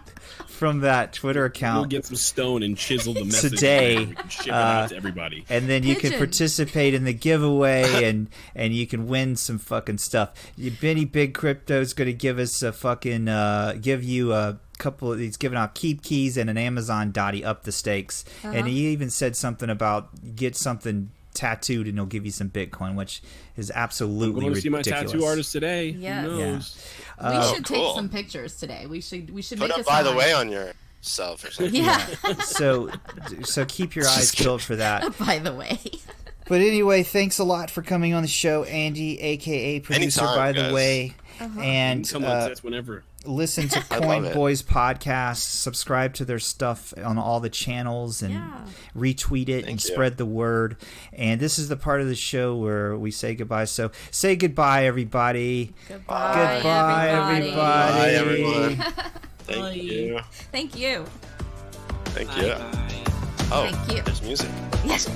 from that Twitter account.
We'll get some stone and chisel the message
Today,
and ship it out
uh,
to everybody.
and then you can
Pigeon.
participate in the giveaway and and you can win some fucking stuff. You- Benny Big Crypto's going to give us a fucking uh, give you a couple. He's giving out keep keys and an Amazon Dottie up the stakes. And he even said something about get something tattooed and he'll give you some Bitcoin, which is absolutely
Going to see my
ridiculous.
tattoo artist today.
Yes.
Who
Yeah.
knows?
we should
cool.
take some pictures today. We should. We should
Put
make
up
a
by the
sign.
way on yourself or something.
Yeah.
So so keep your eyes peeled for that.
by the way.
But anyway, thanks a lot for coming on the show, Andy, aka producer.
Anytime,
by the
guys.
way, and
Come
uh,
on, that's whenever.
listen to
I love
Coin
it.
Boys podcast, subscribe to their stuff on all the channels, and
Yeah.
retweet it and
Thank you.
spread the word. And this is the part of the show where we say goodbye. So say goodbye, everybody.
Goodbye.
goodbye,
Bye,
everybody.
everyone. Thank
Bye.
you.
Thank you.
Thank you.
Bye.
Oh,
Thank you.
there's music.
Yes.